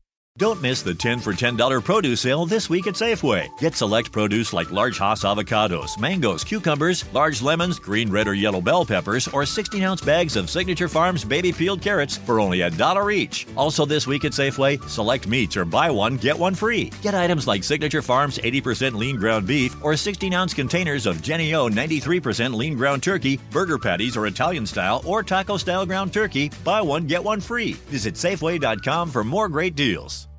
Don't miss the 10 for $10 produce sale this week at Safeway. Get select produce like large Hass avocados, mangoes, cucumbers, large lemons, green, red, or yellow bell peppers, or 16 ounce bags of Signature Farms baby peeled carrots for only a dollar each. Also, this week at Safeway, select meats or buy one, get one free. Get items like Signature Farms 80% lean ground beef or 16 ounce containers of Jenny O 93% lean ground turkey, burger patties or Italian style or taco style ground turkey. Buy one, get one free. Visit Safeway.com for more great deals.